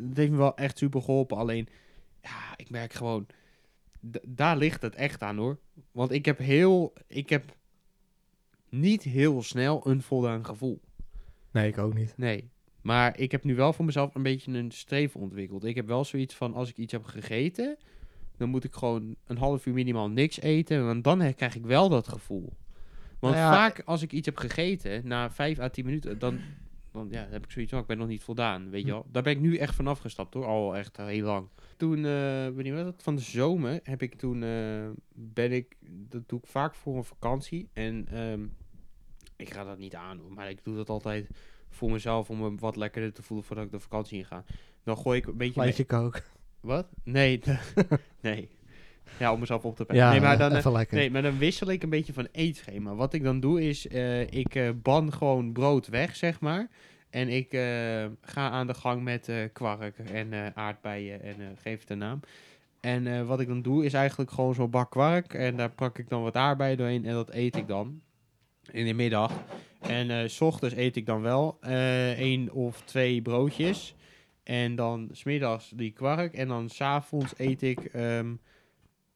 S2: het heeft me wel echt super geholpen. Alleen, ja, ik merk gewoon... d- daar ligt het echt aan, hoor. Want ik heb heel... Ik heb niet heel snel een voldaan gevoel.
S1: Nee, ik ook niet.
S2: Nee. Maar ik heb nu wel voor mezelf een beetje een streven ontwikkeld. Ik heb wel zoiets van, als ik iets heb gegeten, dan moet ik gewoon een half uur minimaal niks eten. Want dan he- krijg ik wel dat gevoel. Want
S1: Nou ja,
S2: vaak als ik iets heb gegeten, na vijf à tien minuten, dan, dan ja, dan heb ik zoiets van, ik ben nog niet voldaan.
S1: Hm.
S2: Weet je wel? Daar ben ik nu echt vanaf gestapt hoor, al echt heel lang. Toen, eh wanneer was dat? Van de zomer heb ik toen, eh, ben ik, dat doe ik vaak voor een vakantie. En ehm, ik ga dat niet aan, hoor, maar ik doe dat altijd voor mezelf om me wat lekkerder te voelen voordat ik de vakantie inga. Dan gooi ik een beetje...
S1: Lijntje kook.
S2: mee- Wat? Nee. nee. Ja, om mezelf op te peppen.
S1: Ja,
S2: nee, maar dan, eh,
S1: even lekker.
S2: nee, maar dan wissel ik een beetje van eetschema. Wat ik dan doe is, eh, ik eh, ban gewoon brood weg, zeg maar. En ik eh, ga aan de gang met eh, kwark en eh, aardbeien en eh, geef het een naam. En eh, wat ik dan doe is eigenlijk gewoon zo'n bak kwark. En daar pak ik dan wat aardbeien doorheen en dat eet ik dan. In de middag. En eh, s ochtends eet ik dan wel eh één of twee broodjes. En dan smiddags die kwark. En dan s'avonds eet ik ehm,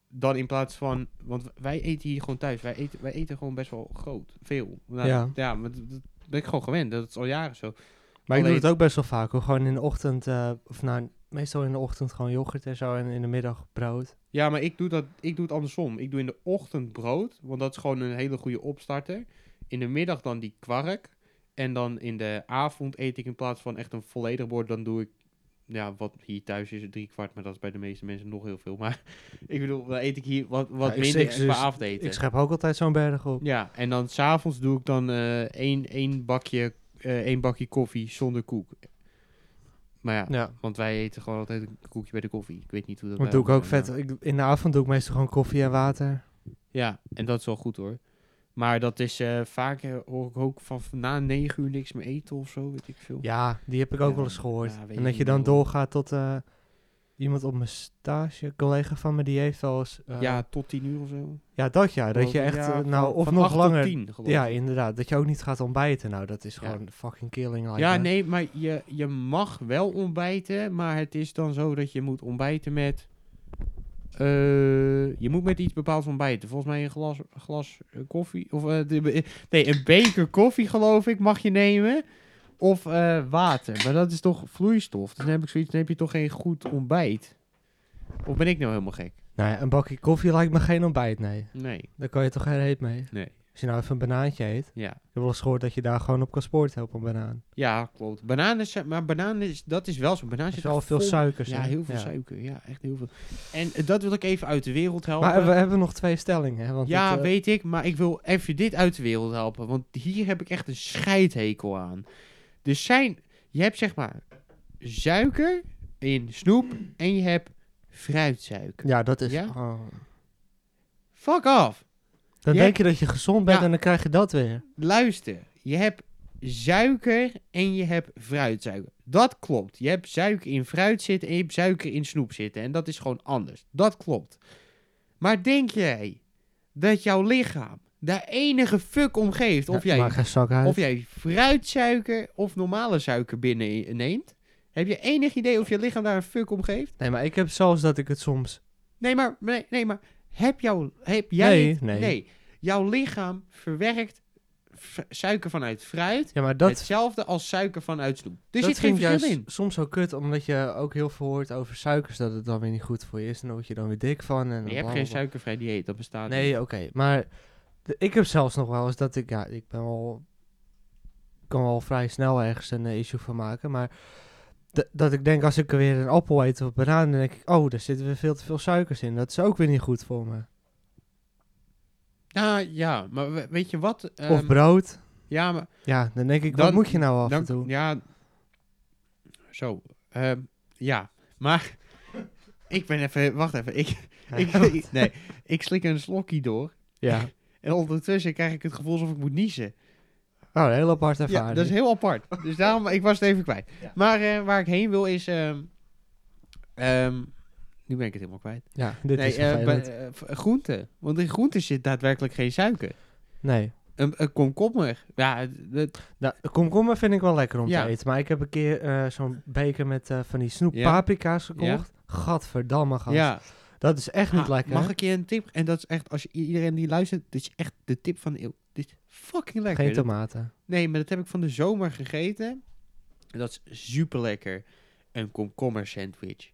S2: dan in plaats van... Want wij eten hier gewoon thuis. Wij eten, wij eten gewoon best wel groot. Veel. Nou,
S1: Ja.
S2: Ja, maar dat, dat ben ik gewoon gewend. Dat is al jaren zo.
S1: Maar ik doe
S2: Alleen-
S1: het ook best wel vaak hoor. Gewoon in de ochtend, eh, of nou, meestal in de ochtend gewoon yoghurt en zo. En in de middag brood.
S2: Ja, maar ik doe, dat, ik doe het andersom. Ik doe in de ochtend brood, want dat is gewoon een hele goede opstarter. In de middag dan die kwark. En dan in de avond eet ik in plaats van echt een volledig bord, dan doe ik... Ja, wat hier thuis is het drie kwart, maar dat is bij de meeste mensen nog heel veel. Maar ik bedoel, dan eet ik hier wat, wat
S1: Ja, ik
S2: minder
S1: zeg
S2: qua
S1: dus-
S2: avondeten.
S1: Ik schep ook altijd zo'n berg op.
S2: Ja, en dan s'avonds doe ik dan eh één, één, bakje, eh één bakje koffie zonder koek. Maar ja,
S1: Ja.
S2: want wij eten gewoon altijd een koekje bij de koffie. Ik weet niet hoe dat
S1: Nou. Dat
S2: bij
S1: doe ik ook
S2: anderen
S1: vet.
S2: gaan.
S1: Ik, in de avond doe ik meestal gewoon koffie en water.
S2: Ja, en dat is wel goed hoor. Maar dat is eh, vaak eh, hoor ik ook van na negen uur niks meer eten of zo, weet ik veel.
S1: Ja, die heb ik ook
S2: Ja,
S1: wel eens gehoord.
S2: ja, weet
S1: en
S2: ik
S1: dat je
S2: niet,
S1: dan
S2: joh.
S1: doorgaat tot eh, iemand op mijn stage, een collega van me, die heeft wel eens... eh,
S2: Ja, tot tien uur of zo.
S1: ja, dat ja. Dat je echt, eh, nou, of nog langer... Ja, inderdaad. Dat je ook niet gaat ontbijten. Nou, dat is
S2: Ja.
S1: gewoon fucking killing. like
S2: ja,
S1: that.
S2: nee, maar je, je mag wel ontbijten, maar het is dan zo dat je moet ontbijten met... eh, je moet met iets bepaalds ontbijten. Volgens mij een glas, glas eh, koffie. Of, eh, de- eh, nee, een beker koffie, geloof ik, mag je nemen. Of eh, water. Maar dat is toch vloeistof. Dus dan heb ik zoiets, dan heb je toch geen goed ontbijt. Of ben ik nou helemaal gek?
S1: Nou ja, een bakje koffie lijkt me geen ontbijt, nee.
S2: Nee.
S1: Daar kan je toch geen reet mee?
S2: Nee.
S1: Als je nou even een banaantje eet.
S2: Ja.
S1: Ik heb wel eens gehoord dat je daar gewoon op kan sporten op een banaan.
S2: Ja, klopt. Bananen zijn, maar bananen is, dat is wel zo. Bananen
S1: Er
S2: zit
S1: zitten al veel suikers
S2: Ja,
S1: in.
S2: heel veel suiker. Ja, echt heel veel. En eh, dat wil ik even uit de wereld helpen.
S1: Maar we hebben nog twee stellingen. Hè? Want
S2: ja,
S1: het, eh,
S2: weet ik, maar ik wil even dit uit de wereld helpen. Want hier heb ik echt een scheidhekel aan. Dus zijn, je hebt zeg maar suiker in snoep en je hebt fruitsuiker.
S1: ja, dat is...
S2: Ja?
S1: oh.
S2: Fuck off.
S1: Dan
S2: Ja.
S1: denk je dat je gezond bent
S2: Ja.
S1: en dan krijg je dat weer.
S2: Luister, je hebt suiker en je hebt fruitsuiker. Dat klopt. Je hebt suiker in fruit zitten en je hebt suiker in snoep zitten. En dat is gewoon anders. Dat klopt. Maar denk jij dat jouw lichaam daar enige fuck om geeft of,
S1: Ja,
S2: jij,
S1: Maar geen zak uit.
S2: of jij fruitsuiker of normale suiker binnenneemt? Heb je enig idee of je lichaam daar een fuck om geeft?
S1: Nee, maar ik heb zelfs dat ik het soms...
S2: Nee, maar, nee, nee, maar heb, jou, heb jij...
S1: Nee,
S2: het-
S1: nee.
S2: Jouw lichaam verwerkt v- suiker vanuit fruit
S1: Ja, maar dat,
S2: Hetzelfde als suiker vanuit snoep. Er
S1: dat
S2: zit geen
S1: vind ik
S2: verschil
S1: juist
S2: in.
S1: soms zo kut. Omdat je ook heel veel hoort over suikers. Dat het dan weer niet goed voor je is. En dan word je dan weer dik van. En
S2: Je hebt geen
S1: blablabla.
S2: suikervrij dieet, dat bestaat
S1: Nee,
S2: niet.
S1: oké. Maar de- ik heb zelfs nog wel eens dat ik... Ja, ik ben wel... Ik kan wel vrij snel ergens een eh, issue van maken. Maar d- dat ik denk als ik er weer een appel eet of een banaan... Dan denk ik, oh, daar zitten weer veel te veel suikers in. Dat is ook weer niet goed voor me.
S2: Nou ja, maar we- weet je wat?
S1: of
S2: Ehm,
S1: brood.
S2: ja, maar
S1: Ja, dan denk ik,
S2: dan-
S1: wat moet je nou af en
S2: dan,
S1: toe?
S2: ja. Zo. ehm, ja, maar ik ben even. Wacht even. Ik, ik, ik- nee, ik slik een slokkie door.
S1: Ja.
S2: En ondertussen krijg ik het gevoel alsof ik moet niezen.
S1: Oh, een hele aparte
S2: Ja,
S1: ervaring.
S2: dat is heel apart. Dus daarom, ik was het even kwijt.
S1: Ja.
S2: Maar eh, waar ik heen wil is. ehm, ehm, nu ben ik het helemaal kwijt.
S1: Ja, dit
S2: nee,
S1: is
S2: eh,
S1: vervelend.
S2: bij- eh, v- groente. Want in groente zit daadwerkelijk geen suiker.
S1: nee.
S2: Een, een komkommer. Ja, het- het-
S1: Nou, komkommer vind ik wel lekker om
S2: Ja.
S1: te eten. Maar ik heb een keer eh, zo'n beker met eh, van die snoep
S2: Ja.
S1: paprika's gekocht. Gadverdamme, gast.
S2: ja.
S1: Dat is echt niet
S2: Ah,
S1: lekker.
S2: Mag ik je een tip? En dat is echt, als je, iedereen die luistert, dit is echt de tip van de eeuw. Dit is fucking lekker.
S1: Geen
S2: Dat-
S1: tomaten.
S2: nee, maar dat heb ik van de zomer gegeten. En dat is super lekker. Een komkommer sandwich.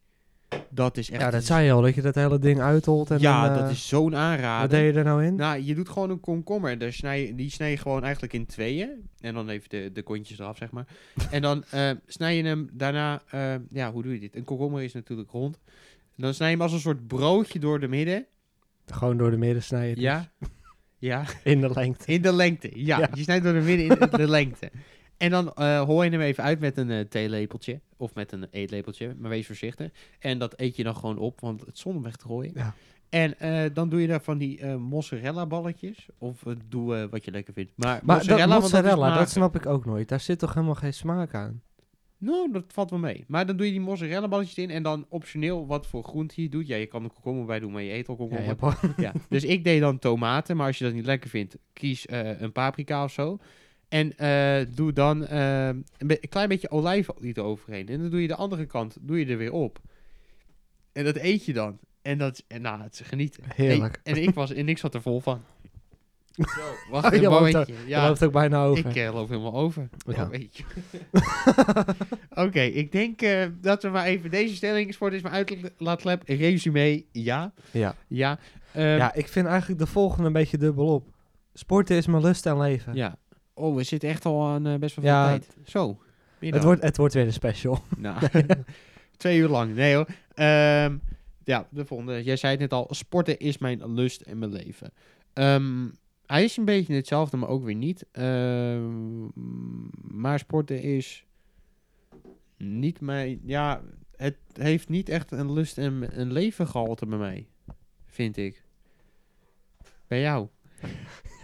S2: Dat is echt...
S1: Ja, dat zei je al, dat je dat hele ding uitholt. En
S2: Ja,
S1: dan, eh,
S2: dat is zo'n aanrader.
S1: Wat deed je er nou in?
S2: Nou, je doet gewoon een komkommer. Daar snij, je- die snij je gewoon eigenlijk in tweeën. En dan even de, de kontjes eraf, zeg maar. en dan eh, snij je hem daarna... eh, ja, hoe doe je dit? Een komkommer is natuurlijk rond. Dan snij je hem als een soort broodje door de midden.
S1: Gewoon door de midden snijden. dus.
S2: Ja. Ja,
S1: In de lengte.
S2: in de lengte. Ja,
S1: Ja.
S2: je snijdt door de midden in de- de lengte. En dan eh hoor je hem even uit met een eh, theelepeltje. Of met een eetlepeltje, maar wees voorzichtig. En dat eet je dan gewoon op, want het zonder weg te gooien.
S1: Ja.
S2: En eh, dan doe je daar van die eh, mozzarella balletjes. Of eh, doe eh, wat je lekker vindt. Maar,
S1: Maar
S2: mozzarella,
S1: dat,
S2: want
S1: mozzarella dat,
S2: dat is mager.
S1: snap ik ook nooit. Daar zit toch helemaal geen smaak aan?
S2: Nou, dat valt wel mee. Maar dan doe je die mozzarella balletjes in. En dan optioneel wat voor groente je doet. Ja, je kan er komkommer bij doen, Oh, maar je eet al
S1: Ja,
S2: komkommer.
S1: je hebt al-
S2: Ja, dus ik deed dan tomaten, maar als je dat niet lekker vindt, kies eh, een paprika of zo. En eh, doe dan eh, een, be- een klein beetje olijfolie eroverheen. En dan doe je de andere kant, doe je er weer op. En dat eet je dan. En dat is, en, nou, het is genieten.
S1: Heerlijk.
S2: En, en ik was, en ik zat er vol van. Zo, wacht
S1: Oh, je
S2: een
S1: loopt
S2: momentje.
S1: Je
S2: Ja,
S1: loopt ook bijna over.
S2: ik eh, loop helemaal over.
S1: Ja.
S2: Oh, weet je. Oké, ik denk eh, dat we maar even deze stelling, sport is mijn uitlaatlab, resume, ja.
S1: Ja.
S2: Ja. eh, Ehm,
S1: ja, ik vind eigenlijk de volgende een beetje dubbel op. Sporten is mijn lust en leven.
S2: Ja. Oh, we zitten echt al aan eh, best wel veel
S1: Ja.
S2: tijd. Zo.
S1: het,
S2: meer dan.
S1: wordt, het wordt weer een special.
S2: Nou, twee uur lang. Nee hoor. Ehm, ja, de volgende. Jij zei het net al. Sporten is mijn lust en mijn leven. Ehm, hij is een beetje hetzelfde, maar ook weer niet. Ehm, maar sporten is... niet mijn... Ja, het heeft niet echt een lust en een leven gehalte bij mij. Vind ik. Bij jou.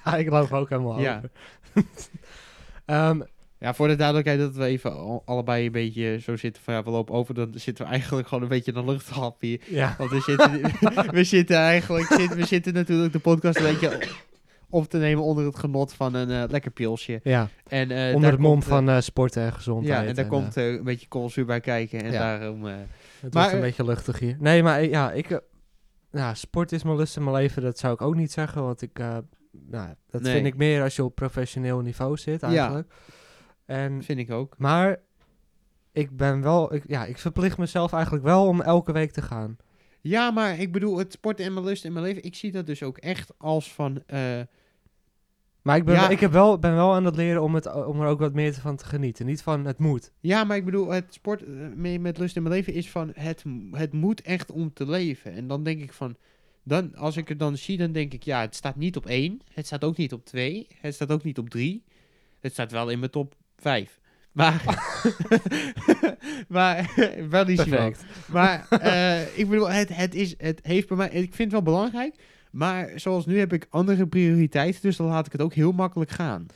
S1: Ja, ik loop ook helemaal
S2: Ja.
S1: over. Ehm,
S2: Ja, voor de duidelijkheid dat we even al- allebei een beetje zo zitten van ja, we lopen over, dan zitten we eigenlijk gewoon een beetje in een luchthap hier.
S1: ja.
S2: Want we zitten, we zitten eigenlijk, zit- we zitten natuurlijk de podcast een beetje op te nemen onder het genot van een eh, lekker pilsje.
S1: ja,
S2: En, eh,
S1: onder
S2: daar
S1: het mom
S2: komt, eh,
S1: van eh, sporten en gezondheid.
S2: Ja, en daar
S1: eh,
S2: komt eh, een beetje koolzuur bij kijken en
S1: Ja.
S2: daarom... eh,
S1: Het
S2: Maar,
S1: wordt een
S2: eh,
S1: beetje luchtig hier. Nee, maar eh, ja, ik... eh, ja, sport is mijn lust in mijn leven, dat zou ik ook niet zeggen. Want ik... eh, nou, dat
S2: Nee.
S1: vind ik meer als je op professioneel niveau zit,
S2: Ja.
S1: eigenlijk. En,
S2: vind ik ook.
S1: maar ik ben wel... Ik, ja, ik verplicht mezelf eigenlijk wel om elke week te gaan.
S2: Ja, maar ik bedoel, het sporten en mijn lust in mijn leven, ik zie dat dus ook echt als van... eh,
S1: Maar ik ben,
S2: Ja.
S1: wel- ik heb wel, ben wel aan het leren om, het, eh, om er ook wat meer van te genieten. Niet van het moet.
S2: Ja, maar ik bedoel, het sport eh, mee met lust in mijn leven is van het, m- het moet echt om te leven. En dan denk ik van, dan, als ik het dan zie, dan denk ik, ja, het staat niet op één. Het staat ook niet op twee. Het staat ook niet op drie. Het staat wel in mijn top vijf. Maar, maar wel die maar eh, ik bedoel, het, het, is, het heeft bij mij. Ik vind het wel belangrijk. Maar zoals nu heb ik andere prioriteiten. Dus dan laat ik het ook heel makkelijk gaan.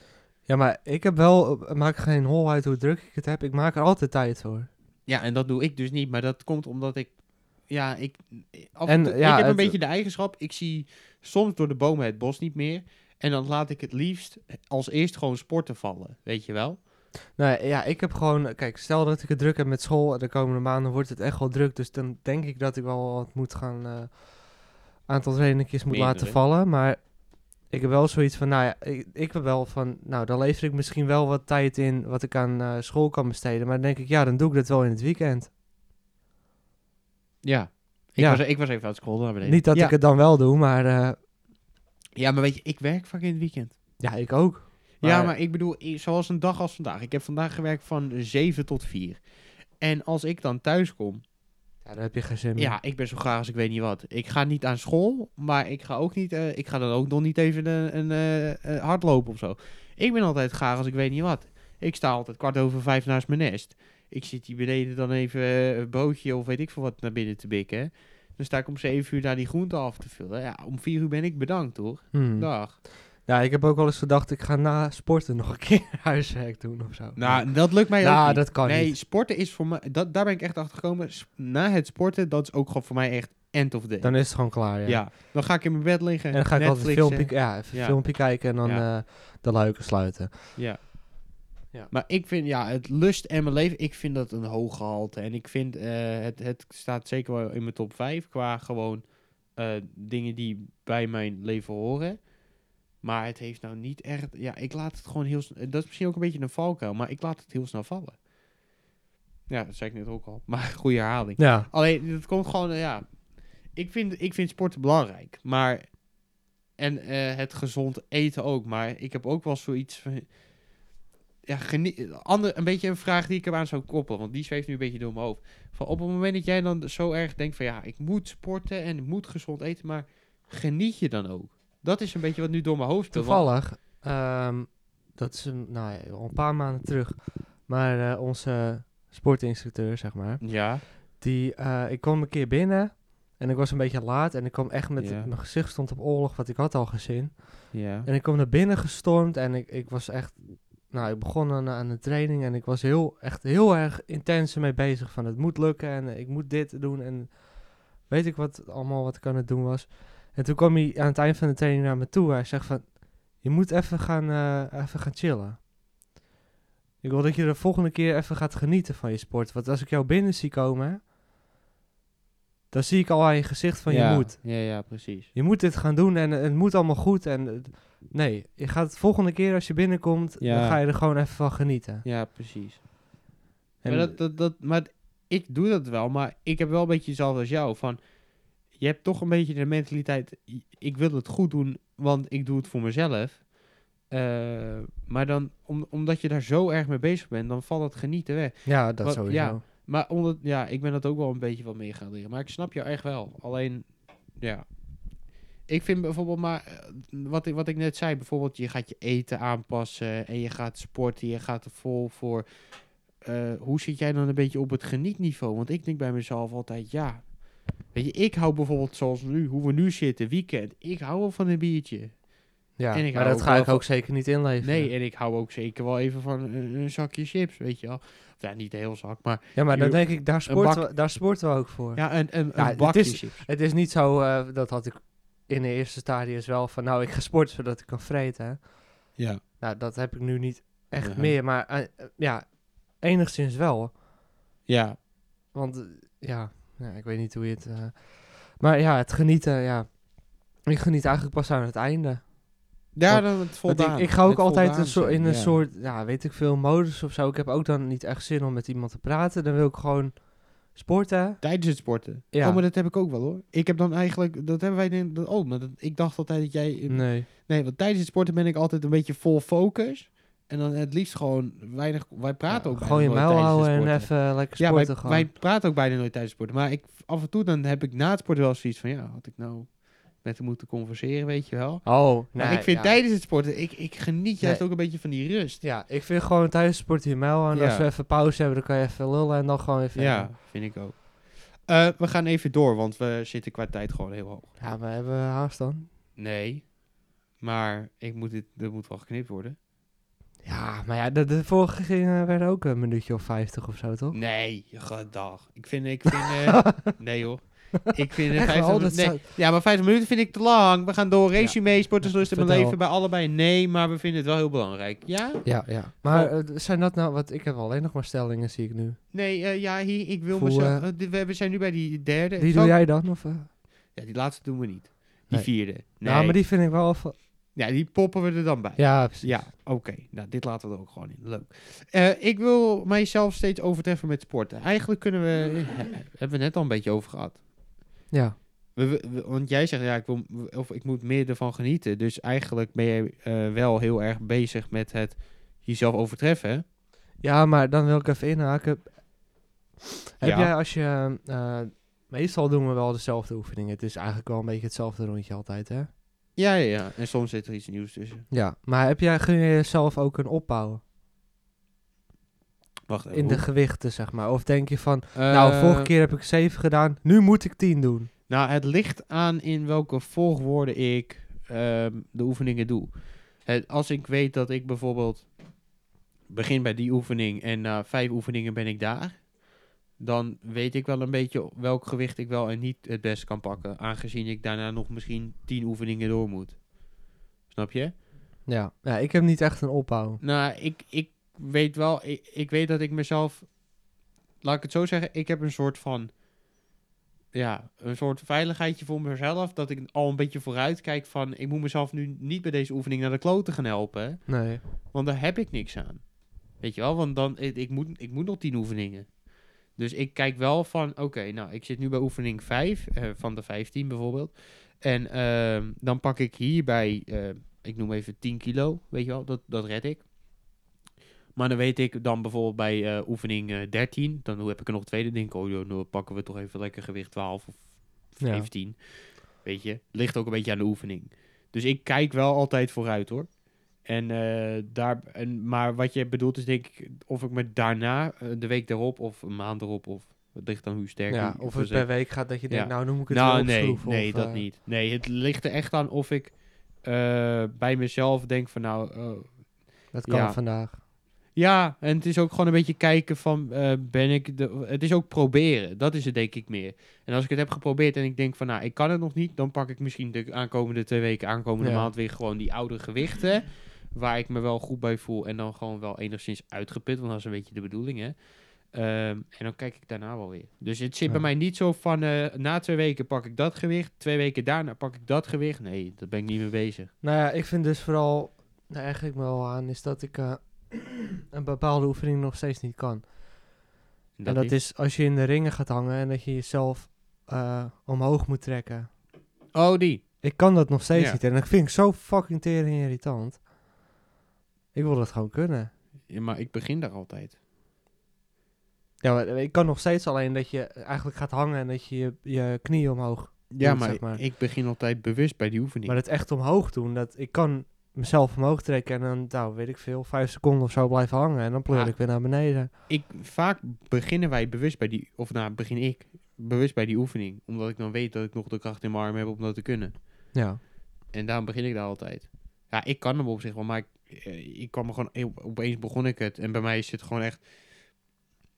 S1: Ja, maar ik heb wel... het Maakt geen hol uit hoe druk ik het heb. Ik maak er altijd tijd voor.
S2: Ja, en dat doe ik dus niet, maar dat komt omdat ik. Ja, ik. af en
S1: En,
S2: toe-
S1: ja,
S2: ik heb een
S1: het-
S2: beetje de eigenschap. Ik zie soms door de bomen het bos niet meer. En dan laat ik het liefst als eerst gewoon sporten vallen. Weet je wel?
S1: Nou ja, ik heb gewoon... Kijk, stel dat ik het druk heb met school... en de komende maanden wordt het echt wel druk... dus dan denk ik dat ik wel wat moet gaan... eh aantal trainingjes moet
S2: Minderen.
S1: laten vallen. Maar ik heb wel zoiets van... Nou ja, ik, ik heb wel van... Nou, dan lever ik misschien wel wat tijd in... wat ik aan eh, school kan besteden. Maar dan denk ik... Ja, dan doe ik dat wel in het weekend.
S2: Ja. Ik,
S1: Ja.
S2: Was, ik was even aan het scrollen naar beneden.
S1: Niet dat
S2: ja.
S1: ik het dan wel doe, maar... eh,
S2: Ja, maar weet je, ik werk vaak in het weekend.
S1: ja, ik ook.
S2: ja, maar ik bedoel, i- zoals een dag als vandaag. Ik heb vandaag gewerkt van 7 tot 4. En als ik dan thuis kom.
S1: Ja, daar heb je geen zin meer.
S2: Ja, ik ben zo graag als ik weet niet wat. Ik ga niet aan school, maar ik ga ook niet. eh, ik ga dan ook nog niet even een, een eh, eh, hardlopen of zo. Ik ben altijd graag als ik weet niet wat. Ik sta altijd kwart over vijf naast mijn nest. Ik zit hier beneden dan even eh, een broodje of weet ik veel wat naar binnen te bikken. Dan sta ik om zeven uur daar die groente af te vullen. Ja, om vier uur ben ik bedankt hoor.
S1: Hmm.
S2: Dag.
S1: Ja, ik heb ook wel eens gedacht... ik ga na sporten nog een keer huiswerk doen of zo.
S2: Nou, dat lukt mij ook
S1: nou
S2: niet.
S1: dat kan
S2: nee,
S1: niet.
S2: sporten is voor mij... Dat, daar ben ik echt achter gekomen. S- Na het sporten, dat is ook gewoon voor mij echt end of day.
S1: Dan is het gewoon klaar,
S2: ja. dan ga ik in mijn bed liggen.
S1: En dan ga ik altijd een
S2: Netflixen.
S1: filmpje, ja, even
S2: Ja.
S1: een filmpje kijken en dan
S2: Ja.
S1: eh, de luiken sluiten.
S2: Ja.
S1: Ja.
S2: Maar ik vind, ja, het lust en mijn leven, ik vind dat een hoog gehalte. En ik vind, eh, het, het staat zeker wel in mijn top 5 qua gewoon eh, dingen die bij mijn leven horen. Maar het heeft nou niet echt, ja, ik laat het gewoon heel snel, dat is misschien ook een beetje een valkuil, maar ik laat het heel snel vallen. Ja, dat zei ik net ook al, maar goede herhaling.
S1: Ja.
S2: Alleen, het komt gewoon, eh, ja. Ik vind, ik vind sporten belangrijk, maar. En eh, het gezond eten ook, maar ik heb ook wel zoiets van. Ja, genie- ander, een beetje een vraag die ik eraan zou koppelen, want die zweeft nu een beetje door mijn hoofd. Van op het moment dat jij dan zo erg denkt van ja, ik moet sporten en ik moet gezond eten, maar geniet je dan ook? Dat is een beetje wat nu door mijn hoofd speelt. want-
S1: Toevallig, ehm, dat is een, nou, ja, al een paar maanden terug, maar eh, onze sportinstructeur, zeg maar,
S2: Ja,
S1: die, eh, ik kwam een keer binnen en ik was een beetje laat en ik kwam echt met,
S2: Ja.
S1: mijn gezicht stond op oorlog, wat ik had al gezien.
S2: ja.
S1: En ik kwam naar binnen gestormd en ik, ik was echt, nou, ik begon aan, aan de training en ik was heel, echt heel erg intens ermee bezig van het moet lukken en eh, ik moet dit doen en weet ik wat allemaal wat ik aan het doen was. En toen kwam hij aan het eind van de training naar me toe. Hij zegt van, je moet even gaan, eh, even gaan chillen. Ik wil dat je de volgende keer even gaat genieten van je sport. Want als ik jou binnen zie komen, dan zie ik al aan je gezicht van
S2: ja.
S1: je moet.
S2: Ja, ja, precies.
S1: Je moet dit gaan doen en eh, het moet allemaal goed. En eh, nee, je gaat de volgende keer als je binnenkomt,
S2: Ja.
S1: dan ga je er gewoon even van genieten.
S2: Ja, precies.
S1: En,
S2: Maar, dat, dat, dat, maar ik doe dat wel, maar ik heb wel een beetje hetzelfde als jou. Van, je hebt toch een beetje de mentaliteit, i- ik wil het goed doen, want ik doe het voor mezelf. Eh, maar dan, om, omdat je daar zo erg mee bezig bent, dan valt het genieten weg.
S1: ja, dat
S2: wat-
S1: sowieso.
S2: ja. Maar omdat, ja, ik ben dat ook wel een beetje wat meer gaan leren. Maar ik snap jou echt wel. Alleen, ja. Ik vind bijvoorbeeld maar, eh, wat ik, wat ik net zei, bijvoorbeeld je gaat je eten aanpassen en je gaat sporten, je gaat er vol voor. eh, hoe zit jij dan een beetje op het genietniveau? Want ik denk bij mezelf altijd, ja. Weet je, ik hou bijvoorbeeld zoals nu, hoe we nu zitten, weekend. Ik hou wel van een biertje.
S1: Ja,
S2: En ik
S1: maar
S2: hou
S1: dat
S2: ook
S1: ga
S2: wel
S1: ik
S2: van-
S1: ook zeker niet inleveren.
S2: Nee, en ik hou ook zeker wel even van een, een zakje chips, weet je wel. Of ja, niet de hele zak, maar
S1: ja, maar dan
S2: Tuurlijk.
S1: denk ik, daar sporten,
S2: bak-
S1: we, daar sporten we ook voor.
S2: ja, een, een,
S1: Ja,
S2: een
S1: het
S2: bakje
S1: is-
S2: chips.
S1: Het is niet zo, eh, dat had ik in de eerste stadia's wel van, nou, ik ga sporten zodat ik kan vreten. hè.
S2: Ja.
S1: Nou, dat heb ik nu niet echt
S2: Ja.
S1: meer, maar eh, eh, ja, enigszins wel.
S2: Ja,
S1: Want eh, ja, ja, ik weet niet hoe je het... eh, maar ja, het genieten, ja. Ik geniet eigenlijk pas aan het einde.
S2: ja
S1: Want-
S2: dan het
S1: Want
S2: voldaan.
S1: Ik, ik ga ook
S2: Het
S1: altijd
S2: voldaan
S1: een soort, in
S2: zijn,
S1: een
S2: ja.
S1: soort, ja, weet ik veel, modus of zo. Ik heb ook dan niet echt zin om met iemand te praten. Dan wil ik gewoon sporten.
S2: Tijdens het sporten.
S1: Ja.
S2: Oh, maar dat heb ik ook wel hoor. Ik heb dan eigenlijk, dat hebben wij denk dat- oh, maar dat, ik dacht altijd dat jij...
S1: Nee.
S2: Nee, want tijdens het sporten ben ik altijd een beetje vol focus. En dan het liefst gewoon weinig, wij praten ook bijna
S1: gewoon je
S2: nooit
S1: muil
S2: tijdens het
S1: houden en
S2: sporten.
S1: even lekker
S2: Ja,
S1: sporten
S2: wij,
S1: gewoon.
S2: wij praten ook bijna nooit tijdens het sporten. Maar ik, af en toe dan heb ik na het sporten wel zoiets van, ja, had ik nou met hem moeten converseren, weet je wel.
S1: Oh, nee.
S2: Maar ik vind
S1: ja.
S2: tijdens het sporten, ik, ik geniet juist
S1: Nee.
S2: ook een beetje van die rust.
S1: Ja, ik vind gewoon tijdens sport je muil houden.
S2: Ja.
S1: Als we even pauze hebben, dan kan je even lullen en dan gewoon weer verder.
S2: Ja, vind ik ook. Eh, we gaan even door, want we zitten qua tijd gewoon heel hoog.
S1: Ja, maar hebben we haast dan?
S2: Nee, maar ik moet dit, dit moet wel geknipt worden.
S1: Ja, maar ja, de, de vorige gingen werden ook een minuutje of 50 of zo, toch?
S2: Nee, gedag. Ik vind, ik vind, eh, nee hoor. Ik vind eh,
S1: Echt wel,
S2: 50
S1: dat
S2: minuten.
S1: zou-
S2: Nee. Ja, maar 50 minuten vind ik te lang. We gaan door.
S1: Ja.
S2: Resume, sporters, lust en mijn
S1: Vertel.
S2: leven. Bij allebei nee, maar we vinden het wel heel belangrijk. Ja?
S1: Ja, ja. Maar eh, zijn dat nou, want ik heb alleen nog maar stellingen, zie ik nu.
S2: Nee, eh, ja, hier, ik wil
S1: Voel,
S2: mezelf.
S1: eh,
S2: eh, we- we zijn nu bij die derde.
S1: Die doe
S2: Zal ik-
S1: jij dan? Of, eh?
S2: Ja, die laatste doen we niet. Die
S1: Nee.
S2: vierde. Nee.
S1: Nou, maar die vind ik wel... van-
S2: Ja, die poppen we er dan bij.
S1: Ja, precies.
S2: Ja, oké. Nou, dit laten we er ook gewoon in. Leuk. Eh, ik wil mijzelf steeds overtreffen met sporten. Eigenlijk kunnen we... he- hebben we net al een beetje over gehad.
S1: Ja.
S2: We- we- we- want jij zegt, ja, ik, wil, of ik moet meer ervan genieten. Dus eigenlijk ben je eh, wel heel erg bezig met het jezelf overtreffen.
S1: ja, maar dan wil ik even inhaken. Heb
S2: Ja.
S1: jij als je... eh, meestal doen we wel dezelfde oefeningen. Het is eigenlijk wel een beetje hetzelfde rondje altijd, hè?
S2: Ja, ja, ja. En soms zit er iets nieuws tussen.
S1: Ja. Maar heb jij, kun je jezelf ook een opbouwen?
S2: Wacht even.
S1: In de
S2: Eh, hoe-
S1: gewichten, zeg maar. Of denk je van,
S2: Eh,
S1: nou, vorige keer heb ik 7 gedaan, nu moet ik 10 doen.
S2: Nou, het ligt aan in welke volgorde ik ehm, de oefeningen doe. Het, als ik weet dat ik bijvoorbeeld begin bij die oefening en na vijf oefeningen ben ik daar, dan weet ik wel een beetje welk gewicht ik wel en niet het best kan pakken, aangezien ik daarna nog misschien tien oefeningen door moet. Snap je?
S1: Ja. ja, ik heb niet echt een opbouw.
S2: Nou, ik, ik weet wel, ik, ik weet dat ik mezelf, laat ik het zo zeggen, ik heb een soort van, ja, een soort veiligheidje voor mezelf, dat ik al een beetje vooruit kijk van, ik moet mezelf nu niet bij deze oefening naar de kloten gaan helpen,
S1: Nee.
S2: want daar heb ik niks aan. Weet je wel, want dan, ik, ik moet, ik moet nog tien oefeningen. Dus ik kijk wel van, oké, nou, ik zit nu bij oefening 5, van de 15 bijvoorbeeld. En ehm, dan pak ik hierbij, eh, ik noem even 10 kilo, weet je wel, dat, dat red ik. Maar dan weet ik dan bijvoorbeeld bij eh, oefening eh, 13, dan heb ik er nog een tweede, denk ik, oh joh, nou pakken we toch even lekker gewicht 12 of
S1: Ja.
S2: 15. Weet je, ligt ook een beetje aan de oefening. Dus ik kijk wel altijd vooruit hoor. En, eh, daar, en, maar wat je bedoelt is denk ik of ik me daarna, eh, de week daarop of een maand erop, of het ligt dan hoe sterk
S1: Ja,
S2: die-
S1: of het
S2: ze-
S1: per week gaat dat je denkt,
S2: Ja.
S1: nou, nu moet ik het
S2: nou,
S1: weer
S2: nee,
S1: opschroeven,
S2: nee
S1: of,
S2: dat
S1: eh,
S2: niet. Nee, het ligt er echt aan of ik eh, bij mezelf denk van nou... eh,
S1: Dat kan
S2: Ja.
S1: vandaag.
S2: ja, en het is ook gewoon een beetje kijken van eh, ben ik... De, het is ook proberen, dat is het denk ik meer. En als ik het heb geprobeerd en ik denk van nou, ik kan het nog niet... dan pak ik misschien de aankomende twee weken, aankomende
S1: Ja.
S2: maand weer gewoon die oude gewichten... waar ik me wel goed bij voel en dan gewoon wel enigszins uitgeput... want dat is een beetje de bedoeling hè. Ehm, en dan kijk ik daarna wel weer. Dus het zit
S1: Ja.
S2: bij mij niet zo van eh, na twee weken pak ik dat gewicht, twee weken daarna pak ik dat gewicht. Nee, daar ben ik niet mee bezig.
S1: Nou ja, ik vind dus vooral, nou eigenlijk me wel aan, is dat ik eh, een bepaalde oefening nog steeds niet kan.
S2: En
S1: en dat is... als je in de ringen gaat hangen en dat je jezelf eh, omhoog moet trekken.
S2: Oh, die.
S1: Ik kan dat nog steeds
S2: Ja.
S1: niet en dat vind ik zo fucking tering irritant. Ik wil dat gewoon kunnen.
S2: Ja, maar ik begin daar altijd.
S1: Ja, maar eh, ik kan nog steeds alleen dat je eigenlijk gaat hangen en dat je je, je knieën omhoog.
S2: Ja,
S1: Doe het,
S2: maar,
S1: zeg maar.
S2: ik begin altijd bewust bij die oefening.
S1: Maar het echt omhoog doen, dat ik kan mezelf omhoog trekken en dan, nou, weet ik veel, vijf seconden of zo blijven hangen. En dan pleur
S2: Ah.
S1: ik weer naar beneden.
S2: Ik, vaak beginnen wij bewust bij die, of nou begin ik bewust bij die oefening. Omdat ik dan weet dat ik nog de kracht in mijn arm heb om dat te kunnen.
S1: Ja.
S2: En daarom begin ik daar altijd. Ja, ik kan hem op zich wel, maar ik, eh, ik kwam er gewoon, eh, opeens begon ik het. En bij mij is het gewoon echt,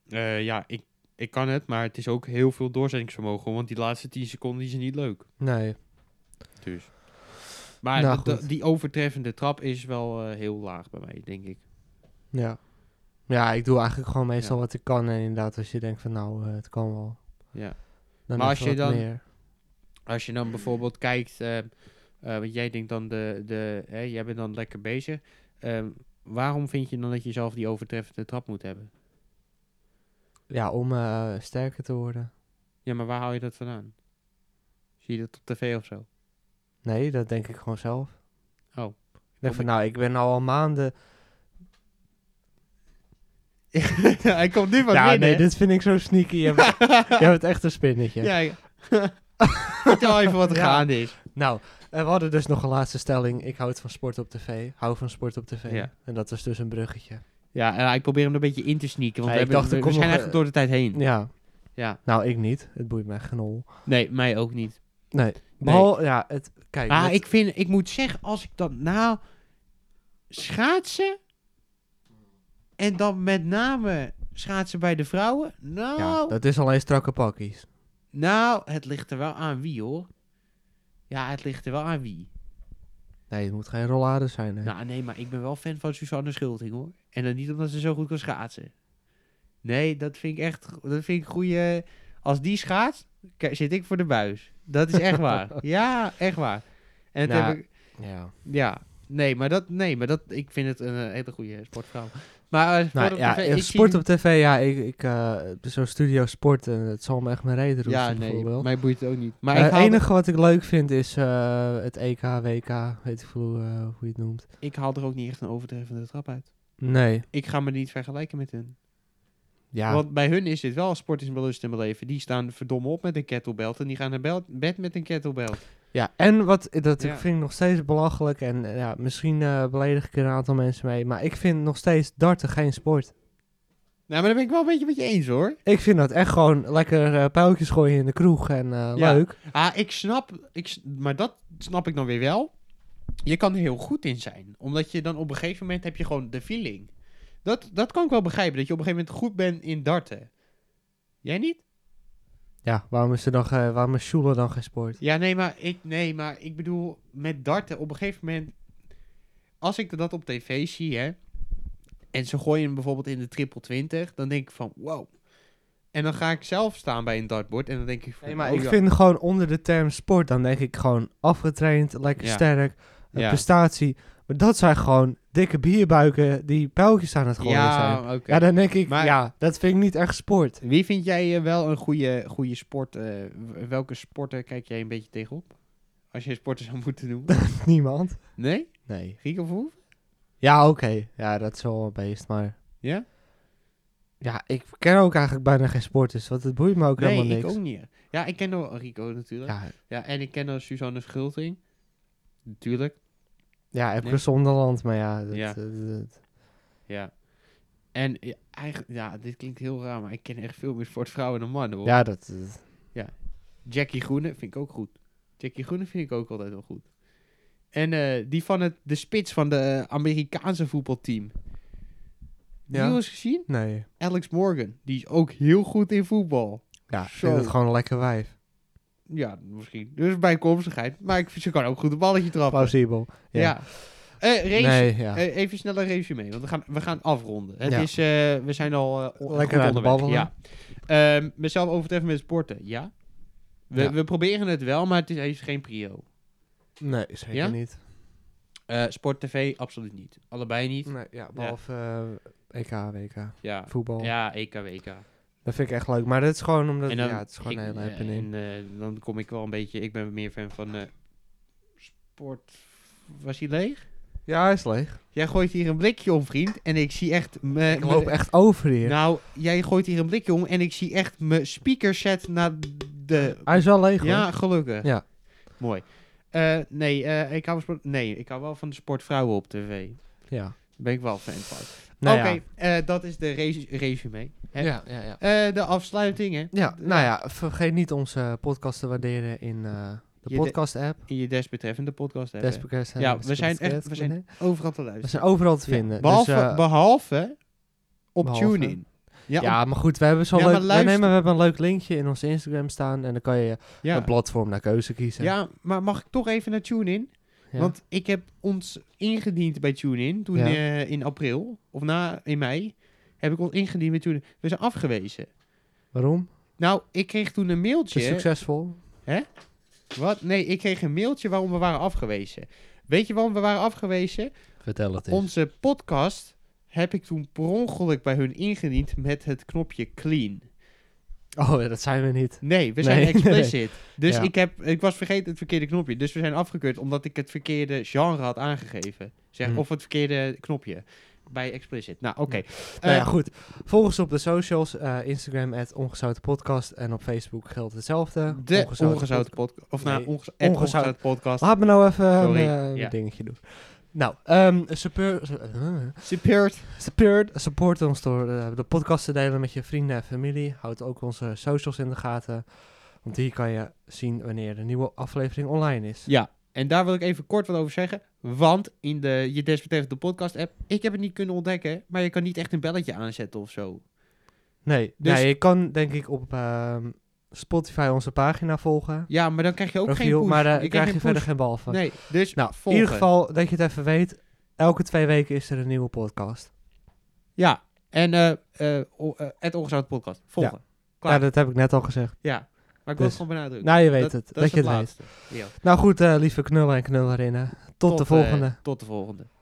S2: eh, ja, ik, ik kan het, maar het is ook heel veel doorzettingsvermogen. Want die laatste 10 seconden die zijn niet leuk.
S1: Nee.
S2: Dus. Maar
S1: Nou,
S2: dat- dat-
S1: goed.
S2: die overtreffende trap is wel eh, heel laag bij mij, denk ik.
S1: Ja. Ja, ik doe eigenlijk gewoon meestal
S2: Ja.
S1: wat ik kan. En inderdaad, als je denkt van, nou, eh, het kan wel.
S2: Ja.
S1: Dan
S2: Maar
S1: even
S2: als je
S1: wat
S2: dan-
S1: meer.
S2: Als je dan bijvoorbeeld kijkt, eh, eh, want jij denkt dan, de, de, hè, jij bent dan lekker bezig. Ehm, waarom vind je dan dat je zelf die overtreffende trap moet hebben?
S1: Ja, om eh, sterker te worden.
S2: Ja, maar waar haal je dat vandaan? Zie je dat op tv of zo?
S1: Nee, dat denk ik gewoon zelf.
S2: Oh.
S1: Ik denk van, nou, ik ben nou al maanden...
S2: Hij komt nu van
S1: ja,
S2: binnen.
S1: nee, dit vind ik zo sneaky. Je hebt, je hebt echt een spinnetje.
S2: Ja, ja. Vertel even wat er
S1: Ja.
S2: gaande is.
S1: Nou, eh, we hadden dus nog een laatste stelling. Ik houd van sport op tv. Hou van sport op tv.
S2: Ja.
S1: En dat was dus een bruggetje.
S2: Ja, en ik probeer hem er een beetje in te sneaken, want
S1: Ja,
S2: we,
S1: ik
S2: hebben-
S1: dacht,
S2: we-
S1: er
S2: we
S1: komt
S2: zijn
S1: nog,
S2: eigenlijk door de tijd heen.
S1: Ja.
S2: Ja.
S1: Nou, ik niet. Het boeit mij geen hol.
S2: Nee, mij ook niet.
S1: Nee. Behal, ja, het... Kijk,
S2: Ah,
S1: het-
S2: ik vind, ik moet zeggen, als ik dan nou schaatsen en dan met name schaatsen bij de vrouwen, nou,
S1: Ja, dat is alleen strakke pakkies.
S2: nou, het ligt er wel aan wie hoor. Ja, het ligt er wel aan wie.
S1: Nee, het moet geen rollade zijn, hè.
S2: Nou, nee, maar ik ben wel fan van Suzanne Schulting hoor. En dan niet omdat ze zo goed kan schaatsen. Nee, dat vind ik echt, dat vind ik goede. Als die schaats, k- zit ik voor de buis. Dat is echt waar. Ja, echt waar. En dat
S1: Nou,
S2: heb ik,
S1: Ja.
S2: Ja, nee, maar dat, nee, maar dat, ik vind het een eh, hele goede sportvrouw. Maar eh, sport
S1: Nou
S2: op
S1: ja,
S2: tv,
S1: eh,
S2: ik zie
S1: sport
S2: nu-
S1: op tv, ja, ik, ik eh, zo'n studio sport, en het zal me echt mijn reden roesten,
S2: ja, nee,
S1: bijvoorbeeld.
S2: mij boeit het ook niet. Maar
S1: Maar
S2: ik,
S1: het
S2: haal
S1: enige wat ik leuk vind is eh, het EK, WK, weet ik veel hoe, eh, hoe je het noemt.
S2: er, ik haal er ook niet echt een overtreffende trap uit.
S1: Nee,
S2: Ik ga me niet vergelijken met hun.
S1: ja,
S2: Want bij hun is dit wel sport is belust en beleven. Die staan verdomme op met een kettlebelt en die gaan naar bel- bed met een kettlebelt. Nou,
S1: ja. En wat dat
S2: Ja.
S1: ik vind ik nog steeds belachelijk en eh, ja, misschien eh, beledig ik er een aantal mensen mee, maar ik vind nog steeds darten geen sport.
S2: Nou, maar daar ben ik wel een beetje met je eens hoor.
S1: Ik vind dat echt gewoon lekker eh pijltjes gooien in de kroeg en eh,
S2: Ja.
S1: leuk.
S2: Ah, ik snap, ik, s- maar dat snap ik dan weer wel. Je kan er heel goed in zijn. Omdat je dan op een gegeven moment heb je gewoon de feeling. Dat, dat kan ik wel begrijpen, dat je op een gegeven moment goed bent in darten. Jij niet?
S1: Ja, waarom is er dan, ge- waarom is Sjoelen dan geen sport?
S2: Ja, nee maar, ik, nee, maar ik bedoel, met darten op een gegeven moment... Als ik dat op tv zie, hè... En ze gooien hem bijvoorbeeld in de triple 20, dan denk ik van, wow. En dan ga ik zelf staan bij een dartboard en dan denk ik van...
S1: Nee, maar
S2: oh
S1: ik
S2: ja.
S1: vind gewoon onder de term sport, dan denk ik gewoon afgetraind, lekker
S2: Ja.
S1: sterk, een
S2: Ja.
S1: prestatie. Maar dat zijn gewoon dikke bierbuiken die pijltjes aan het gooien
S2: Ja,
S1: zijn.
S2: oké.
S1: Ja, dan denk ik,
S2: Maar-
S1: ja, dat vind ik niet echt sport.
S2: Wie vind jij eh, wel een goede, goede sport? eh, w- welke sporten kijk jij een beetje tegenop? Als je een sporter zou moeten noemen.
S1: Niemand.
S2: nee?
S1: Nee.
S2: Rico Verhoeven?
S1: Ja, oké. Ja, dat is wel een beest, maar...
S2: Ja?
S1: Ja, ik ken ook eigenlijk bijna geen sport, dus wat, het boeit me ook
S2: nee,
S1: helemaal
S2: ik
S1: niks.
S2: ook niet. Ja, ik ken wel Rico natuurlijk. Ja,
S1: Ja,
S2: en ik ken dan Suzanne Schulting. Natuurlijk.
S1: ja Epke
S2: Nee.
S1: Zonderland, maar ja... Dat,
S2: Ja.
S1: dat- dat-
S2: Ja. En ja, eigenlijk, ja, dit klinkt heel raar, maar ik ken echt veel meer sportvrouwen dan mannen. Hoor.
S1: ja, dat... dat-
S2: Jackie Groene vind ik ook goed. Jackie Groene vind ik ook altijd wel goed. En eh, die van het, de spits van de eh, Amerikaanse voetbalteam. Die
S1: Ja.
S2: wel eens gezien?
S1: nee.
S2: Alex Morgan, die is ook heel goed in voetbal.
S1: Ja, ik
S2: Zo.
S1: vind het gewoon een lekker wijf.
S2: Ja, misschien. Dus bijkomstigheid. Maar ik vind, ze kan ook goed een balletje trappen.
S1: Plausibel.
S2: Ja.
S1: Ja.
S2: Eh, race-
S1: Nee, ja.
S2: eh, even snel een resume, want we gaan, we gaan afronden. Het
S1: Ja.
S2: is, eh, we zijn al eh, on-
S1: Lekker
S2: goed
S1: aan het
S2: onderweg.
S1: babbelen.
S2: Ja. Ehm, mezelf overtreffen met sporten, ja. We,
S1: Ja.
S2: we proberen het wel, maar het is, heeft geen prio.
S1: Nee, zeker
S2: Ja?
S1: niet.
S2: Eh, sport TV, absoluut niet. Allebei niet.
S1: Nee, ja, behalve eh, EK, WK,
S2: Ja,
S1: voetbal.
S2: ja EKWK.
S1: Dat vind ik echt leuk. Maar dat is gewoon omdat...
S2: En dan,
S1: ja, het is gewoon
S2: ik-
S1: een hele
S2: eh,
S1: happening.
S2: En eh, dan kom ik wel een beetje... Ik ben meer fan van eh, sport... Was hij leeg?
S1: Ja, hij is leeg.
S2: Jij gooit hier een blikje om, vriend. En ik zie echt... me-
S1: Ik
S2: me-
S1: loop echt over hier.
S2: Nou, jij gooit hier een blikje om en ik zie echt mijn speaker set naar de...
S1: hij is wel leeg, hoor.
S2: Ja, gelukkig.
S1: Ja.
S2: Mooi. Eh, nee, eh, ik hou van sport- nee, ik hou wel van de sportvrouwen op tv. Daar
S1: Ja.
S2: ben ik wel fan van.
S1: Nou
S2: Oké,
S1: ja.
S2: eh, dat is de resu- resume. Hè?
S1: Ja, ja, ja.
S2: Eh, de afsluiting, hè?
S1: Ja, nou ja, vergeet niet onze podcast te waarderen in eh, de
S2: Je
S1: podcast-app.
S2: In je desbetreffende podcast. hebben.
S1: Despicast.
S2: Ja, we zijn echt- we zijn Overal te
S1: we
S2: luisteren.
S1: zijn overal te vinden.
S2: behalve,
S1: dus, eh,
S2: behalve op
S1: behalve-
S2: TuneIn. Ja, op-
S1: ja, maar goed, we hebben zo'n
S2: Ja,
S1: leuk...
S2: maar
S1: Nee,
S2: luister-
S1: nee, maar we hebben een leuk linkje in ons Instagram staan. En dan kan je
S2: ja.
S1: een platform naar keuze kiezen.
S2: Ja, maar mag ik toch even naar TuneIn?
S1: Ja.
S2: Want ik heb ons ingediend bij TuneIn toen
S1: Ja.
S2: eh, in april, of na, in mei, heb ik ons ingediend bij TuneIn. We zijn afgewezen.
S1: Waarom?
S2: Nou, ik kreeg toen een
S1: Het is
S2: mailtje.
S1: succesvol.
S2: Wat? Nee, ik kreeg een mailtje waarom we waren afgewezen. Weet je waarom we waren afgewezen?
S1: Vertel het eens.
S2: Onze podcast heb ik toen per ongeluk bij hun ingediend met het knopje clean.
S1: Oh, dat zijn we niet.
S2: Nee, we zijn
S1: Nee.
S2: explicit. Dus
S1: Ja.
S2: ik, heb, ik was vergeten het verkeerde knopje. Dus we zijn afgekeurd omdat ik het verkeerde genre had aangegeven. Zeg,
S1: Hmm.
S2: Of het verkeerde knopje bij explicit. Nou, oké. Eh,
S1: nou ja, goed. Volg ons op de socials. eh, Instagram, at Ongezouten Podcast. En op Facebook geldt hetzelfde.
S2: de ongezouten, podcast. Of nou,
S1: Nee,
S2: onge-
S1: ongezouten-
S2: het ongezouten, podcast.
S1: Laat me nou even een
S2: Sorry,
S1: eh,
S2: ja.
S1: dingetje doen. Nou, ehm support, eh,
S2: Superior.
S1: support, support ons door eh, de podcast te delen met je vrienden en familie. Houd ook onze socials in de gaten. Want hier kan je zien wanneer de nieuwe aflevering online is.
S2: Ja, en daar wil ik even kort wat over zeggen. Want in de je desbetreffende podcast app, ik heb het niet kunnen ontdekken, maar je kan niet echt een belletje aanzetten of zo.
S1: Nee,
S2: Dus-
S1: nee, je kan denk ik op ehm, Spotify onze pagina volgen.
S2: Ja, maar dan krijg je ook geen
S1: Profiel,
S2: push.
S1: maar daar
S2: kreeg
S1: krijg je
S2: geen
S1: verder
S2: push.
S1: geen bal van.
S2: Nee, dus
S1: Nou,
S2: volgen.
S1: in ieder geval dat je het even weet. Elke twee weken is er een nieuwe podcast.
S2: Ja, en eh eh o- eh, het ongezouten podcast. Volgen. Klaar.
S1: Ja, dat heb ik net al gezegd.
S2: Ja, maar ik
S1: Dus-
S2: wil het gewoon benadrukken.
S1: Nou, je weet het. Dat,
S2: is
S1: je het weet.
S2: laatste. Ja.
S1: Nou goed, eh, lieve knullen en knullerinnen. Tot, de
S2: eh,
S1: volgende.
S2: tot de volgende.